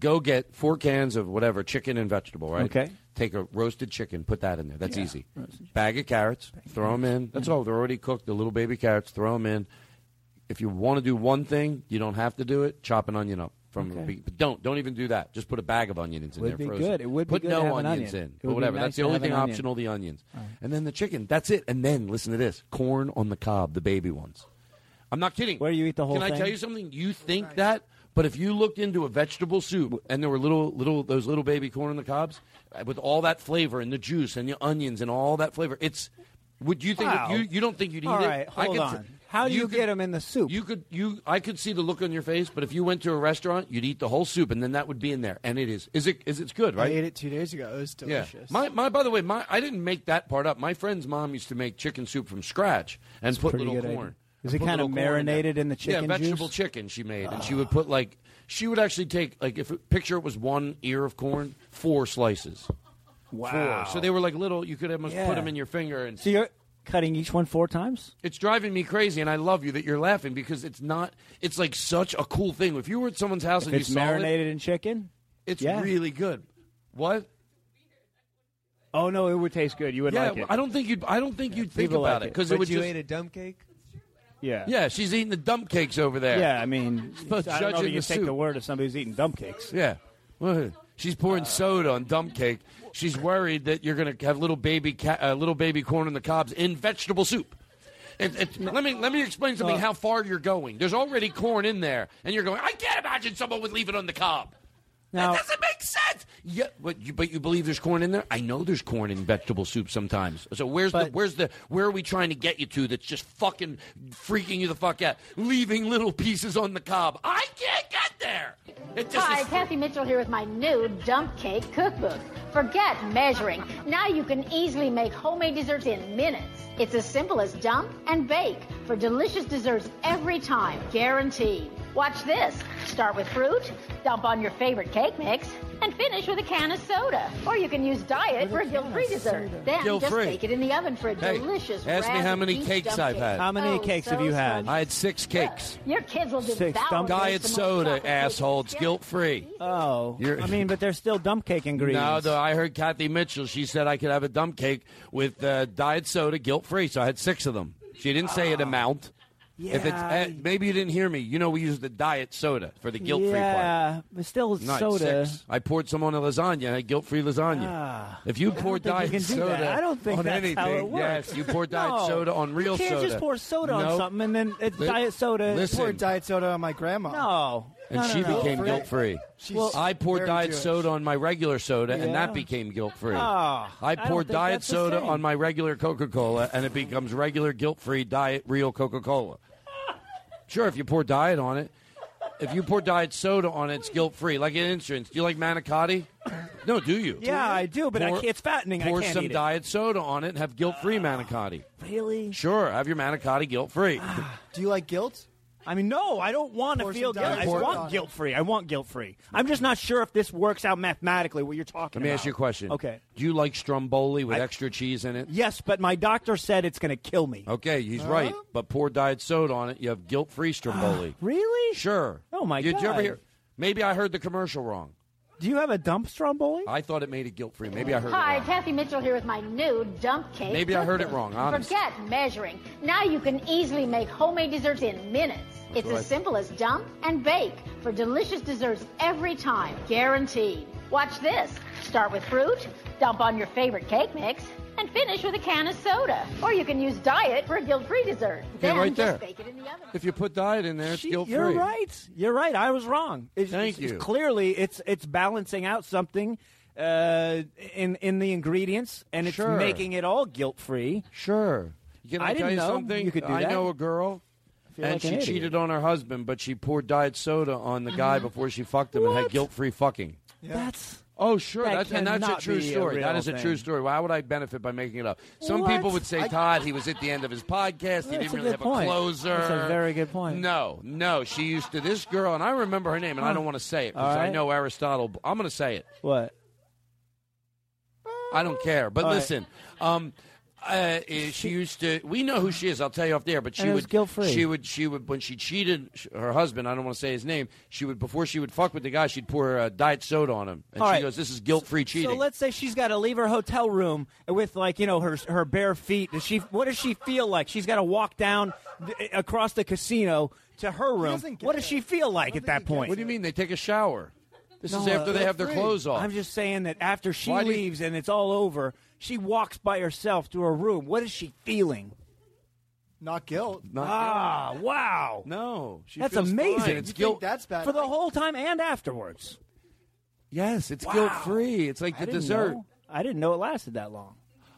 go get four cans of whatever chicken and vegetable, right? Okay. Take a roasted chicken, put that in there. That's Yeah, easy. roasted chicken. Bag of carrots, throw them in. Mm-hmm. That's all. They're already cooked. The little baby carrots, throw them in. If you want to do one thing, you don't have to do it. Chop an onion up from. the Okay. be- But don't don't even do that. Just put a bag of onions in Would there. be frozen. good. It would be put good to no have an onions onion. in. It But would be whatever. nice That's the to only have an thing onion. optional. The onions, and then the chicken. That's it. And then listen to this: corn on the cob, the baby ones. I'm not kidding. Where you eat the whole Can I thing? tell you something? You think that, but if you looked into a vegetable soup and there were little, little those little baby corn on the cobs uh, with all that flavor and the juice and the onions and all that flavor, it's Would you think Wow. you you don't think you'd eat All it? right, hold could- on. How do you could- get 'em in the soup? You could you I could see the look on your face, but if you went to a restaurant, you'd eat the whole soup, and then that would be in there. And it is is it is it's good, right? I ate it two days ago. It was delicious. Yeah. My, my, by the way, my, I didn't make that part up. My friend's mom used to make chicken soup from scratch and put pretty little good idea. corn. Is and it put kind of little corn in there. marinated in the chicken Yeah, vegetable juice? Ah. chicken she made, and she would put like she would actually take like if it- picture it was one ear of corn, four slices. Wow. Four. So they were like little. You could almost Yeah. put them in your finger, and So you're cutting each one four times? it's driving me crazy. And I love you that you're laughing because it's not. It's like such a cool thing. If you were at someone's house If and it's you saw marinated it, in chicken? it's Yeah. really good. What? Oh, no, it would taste good. You would yeah, like it. I don't think you'd. I don't think you'd think People about like it it. because But would you just, ate a dumb cake. Yeah. Yeah, she's eating the dump cakes over there. Yeah, I mean, But I don't know if judging you the take soup. the word of somebody who's eating dump cakes. Yeah. Well, She's pouring soda on dump cake. She's worried that you're going to have little baby ca- uh, little baby corn on the cobs in vegetable soup. It, it, let me let me explain something. Uh, how far you're going? There's already corn in there, and you're going. I can't imagine someone would leave it on the cob. Now- that doesn't make sense. Yeah, but you, but you believe there's corn in there? I know there's corn in vegetable soup sometimes. So where's the where's the where are we trying to get you to? That's just fucking freaking you the fuck out, leaving little pieces on the cob. I can't get there. It just Hi, is- Kathy Mitchell here with my new dump cake cookbook. Forget measuring. Now you can easily make homemade desserts in minutes. It's as simple as dump and bake for delicious desserts every time, guaranteed. Watch this. Start with fruit, dump on your favorite cake mix, and finish with a can of soda. Or you can use diet for a guilt-free dessert. Then just Guilt-free. bake it in the oven for a Hey, delicious. ask me raspberry how many peach cakes dump I've cake. had. Oh, so scrumptious. I had six cakes. Your kids will Six devour dump this Diet soda, asshole. It's guilt free. Oh. I mean, but they're still dump cake ingredients. No, though I heard Kathy Mitchell. She said I could have a dump cake with uh, diet soda, guilt free. So I had six of them. She didn't say an amount. If it's, Ah. Yeah. uh, maybe you didn't hear me. You know, we use the diet soda for the guilt free part. yeah, but still it's Not soda. six. I poured some on a lasagna. I had guilt-free lasagna. Ah. if you I don't pour think you diet can do soda, that. I don't think on that's anything, how it works. yes, you pour diet No, soda on real you can't soda. just pour soda on Nope. something and then it's Li- diet soda. Listen. poured diet soda on my grandma. No. and No, no, she no. became guilt free. She's Well, I poured very diet Jewish. soda on my regular soda, and Yeah. that became guilt free. Oh, I I don't poured think diet that's the soda same. on my regular Coca Cola, and it becomes regular guilt free diet real Coca Cola. sure, if you pour diet on it, if you pour diet soda on it, it's guilt free. Like an insurance. Do you like manicotti? No, do you? Yeah, I do, but I Pour- can't- it's fattening. I Pour can't some eat it. diet soda on it and have guilt free manicotti. Really? Sure, have your manicotti guilt free. Ah, Do you like guilt? I mean, no, I don't want to feel guilt. diet I soda want on it. guilt free. I want guilt free. I'm just not sure if this works out mathematically. What you're talking Let about? me ask you a question. Okay. Do you like stromboli with extra cheese in it? Yes, but my doctor said it's going to kill me. Okay, he's right. But pour diet soda on it, you have guilt free stromboli. Ah, really? Sure. Oh, my Did you ever God. hear? Maybe I heard the commercial wrong. Do you have a dump stromboli? I thought it made it guilt free. Maybe I heard Hi, it wrong. Kathy Mitchell here with my new dump cake. Maybe I heard it cookbook. wrong, honestly. Forget measuring. Now you can easily make homemade desserts in minutes. It's what I- as simple as dump and bake for delicious desserts every time, guaranteed. Watch this. Start with fruit, dump on your favorite cake mix, and finish with a can of soda. Or you can use diet for a guilt-free dessert. Okay, then right just there. bake it in the oven. If you put diet in there, it's guilt free. You're right. You're right. I was wrong. It's, Thank it's- you. It's clearly, it's it's balancing out something uh, in in the ingredients, and it's Sure. making it all guilt free. Sure. Can I, I didn't tell you know something? you could do I that. know a girl, feel and like she an idiot. cheated on her husband, but she poured diet soda on the guy Uh-huh. before she fucked him and had guilt free fucking. That's Oh, sure. That That's, and that's a cannot true be a story. that real is a true thing. story. Why would I benefit by making it up? Some What? people would say, I- Todd, he was at the end of his podcast. That's he didn't a really good have point. a closer. That's a very good point. No, no. She used to, this girl, and I remember her name, and I Huh. don't want to say it because All I right. know Aristotle. but I'm going to say it. What? I don't care. But All right. listen, um, uh, eh, she used to. We know who she is. I'll tell you off the air. But she And it was would guilt-free. She would. She would when she cheated sh- her husband. I don't want to say his name. She would before she would fuck with the guy. She'd pour uh, diet soda on him, and All she right. goes, "This is guilt free cheating." So let's say she's got to leave her hotel room with like you know her her bare feet. Does she? What does she feel like? She's got to walk down th- across the casino to her room. What does she feel like at that point? what do you mean? They take a shower. This is No, after uh, they have their clothes off. I'm just saying that after she Oh. Why do you- leaves and it's all over, she walks by herself to her room. What is she feeling? Not guilt. Not ah, guilt. wow. No, she That's feels amazing. fine. It's guilt. that's bad? for the whole time and afterwards. yes, it's guilt free. It's like I the didn't dessert. know. I didn't know it lasted that long.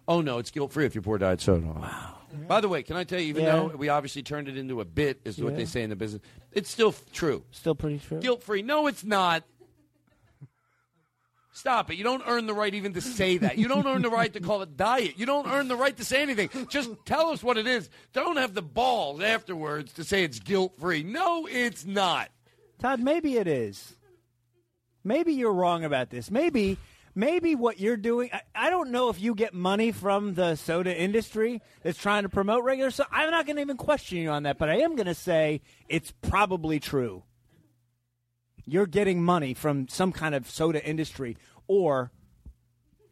Oh no, it's guilt free if you pour diet soda on. Wow. By the way, can I tell you? Even Yeah. though we obviously turned it into a bit, is what Yeah. they say in the business. It's still f- true. Still pretty true. Guilt free? No, it's not. Stop it. You don't earn the right even to say that. You don't earn the right to call it diet. You don't earn the right to say anything. Just tell us what it is. Don't have the balls afterwards to say it's guilt free. No, it's not. Todd, maybe it is. Maybe you're wrong about this. Maybe, maybe what you're doing. I, I don't know if you get money from the soda industry that's trying to promote regular soda. I'm not going to even question you on that, but I am going to say it's probably true. You're getting money from some kind of soda industry, or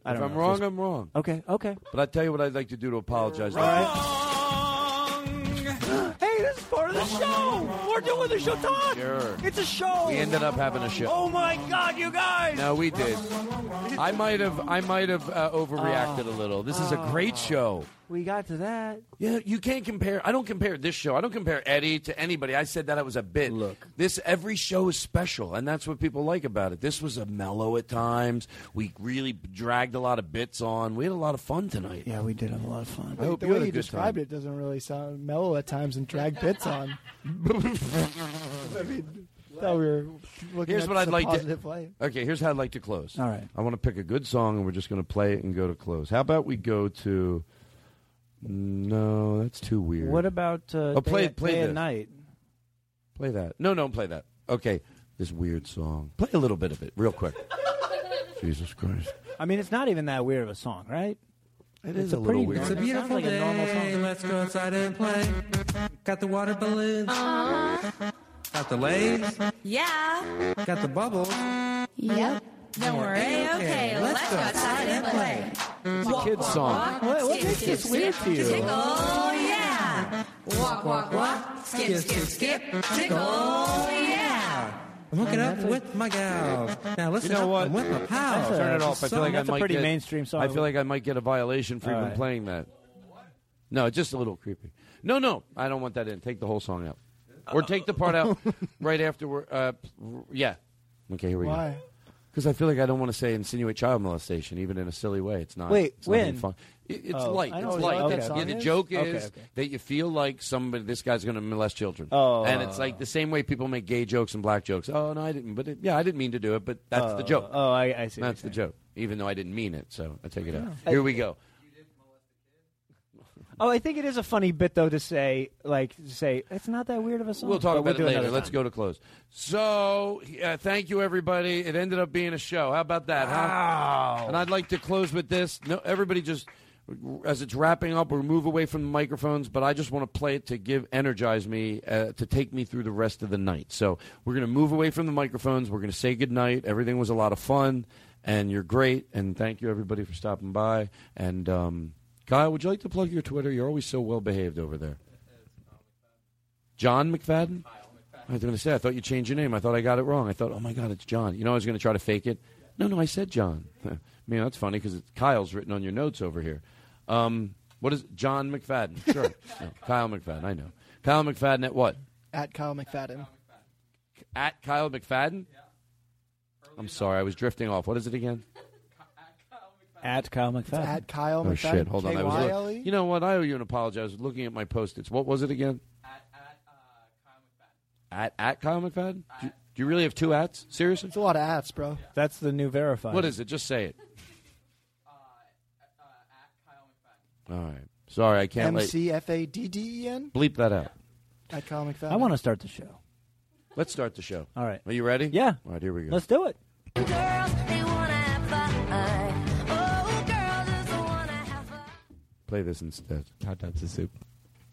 I if don't I'm know, wrong, just- I'm wrong. Okay, okay. But I tell you what I'd like to do to apologize. All right. hey, this is part of the show. We're doing the show, Todd. Sure. It's a show. We ended up having a show. Oh my God, you guys! No, we did. I might have. I might have uh, overreacted a little. This is a great show. We got to that. Yeah, you can't compare. I don't compare this show. I don't compare Eddie to anybody. I said that it was a bit. Look, this every show is special, and that's what people like about it. This was a mellow at times. We really dragged a lot of bits on. We had a lot of fun tonight. Yeah, we did have a lot of fun. I hope the you way had a you good described time. it doesn't really sound mellow at times and drag bits on. I mean, thought we were looking Here's at what I'd this a like to. positive way. Okay, here's how I'd like to close. All right. I want to pick a good song, and we're just going to play it and go to close. How about we go to? No, that's too weird. What about uh, Oh, play day, play day this. and night? Play that. No, no, play that. Okay, this weird song. Play a little bit of it, real quick. Jesus Christ. I mean, it's not even that weird of a song, right? It it's is a little pretty weird. normal- It's a sounds like a normal song. Let's go outside and play. Got the water balloons. Got the lays. Uh-huh. Yeah. Got the bubbles. Yep. Don't worry. okay, let's go outside and play. It's a kid's song. What, what makes this weird for you? Tickle, yeah. Walk, walk, walk. Skip, skip, skip. Tickle, yeah. I'm hooking up with my gal. Now listen you know up, what? I'm with my pal. Turn it off. I feel like I might get, I feel like. like I might get a violation for All even right. playing that. No, it's just a little creepy. No, no, I don't want that in. Take the whole song out, or take the part out right after. we're- Uh, yeah. Okay, here we Why? go. Because I feel like I don't want to say insinuate child molestation, even in a silly way. It's not. Wait, it's nothing when? Fun. It- it's Oh, light. I It's know light. what That's- that yeah, song the is. joke Okay, is okay. that you feel like somebody, this guy's going to molest children. Oh. and it's like the same way people make gay jokes and black jokes. Oh no, I didn't. But it, yeah, I didn't mean to do it. But that's the Oh, joke. oh, I- I see what That's the joke. Even though I didn't mean it, so I take it out. Yeah. Here we go. Oh, I think it is a funny bit though to say, like, to say it's not that weird of a song. We'll talk but about do it later. another Let's time. go to close. So, uh, thank you, everybody. It ended up being a show. How about that? Huh? And I'd like to close with this. No, everybody just as it's wrapping up, we move away from the microphones. But I just want to play it to give energize me uh, to take me through the rest of the night. So we're going to move away from the microphones. We're going to say good night. Everything was a lot of fun, and you're great. And thank you, everybody, for stopping by. And um, Kyle, would you like to plug your Twitter? You're always so well behaved over there. John McFadden? I was going to say, I thought you changed your name. I thought I got it wrong. I thought, oh my God, it's John. You know, I was going to try to fake it. No, no, I said John. I mean, that's funny because Kyle's written on your notes over here. Um, what is John McFadden? Sure. No, Kyle McFadden, I know. Kyle McFadden at what? At Kyle McFadden. At Kyle McFadden? I'm sorry, I was drifting off. What is it again? At Kyle McFadden. At Kyle Oh, McFadden. shit. Hold on. I was K-Y-L-E? look- you know what? I owe you an apology. I was looking at my post its. What was it again? At, at Kyle McFadden. At, at Kyle McFadden? Do, do you really have two ats? Seriously? It's a lot of ats, bro. That's the new verified. What is it? Just say it. Uh, All right. Sorry, I can't. M let- C F A D D E N. bleep that out. At Kyle McFadden. I want to start the show. Let's start the show. All right. Are you ready? Yeah. All right, here we go. Let's do it. Oh, Play this instead. Hot dogs and soup.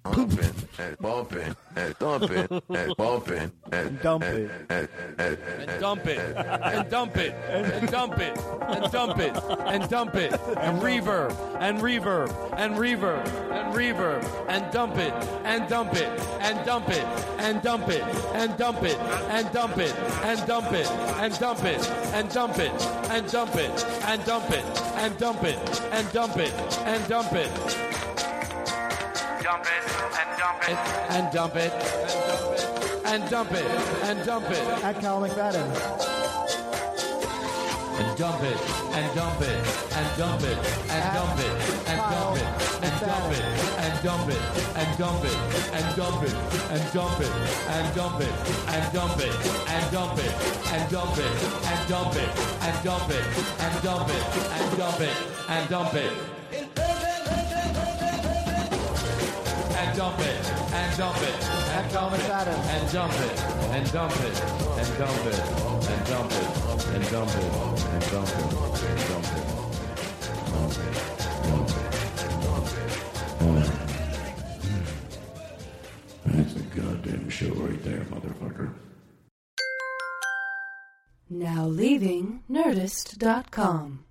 Bumping and bumping and dumping and bumping and dump it and, and, and dump it and dump it and dump it and dump it and dump it and reverb and reverb and reverb and reverb and dump it and dump it and dump it and dump it and dump it and dump it and dump it and dump it and dump it and dump it and dump it and dump it and dump it and dump it Dump it and dump it. and dump it and dump it and dump it At Kyle McFadden. and dump it and dump it and dump it and dump it and dump it and dump it and dump it and dump it and dump it and dump it and dump it and dump it and dump it and dump it and dump it and dump it and dump it and dump it and dump it and dump it and dump it and dump it and dump it and dump it and dump it and dump it and dump it and dump it and dump it. That's a goddamn show right there, motherfucker. Now leaving Nerdist.com.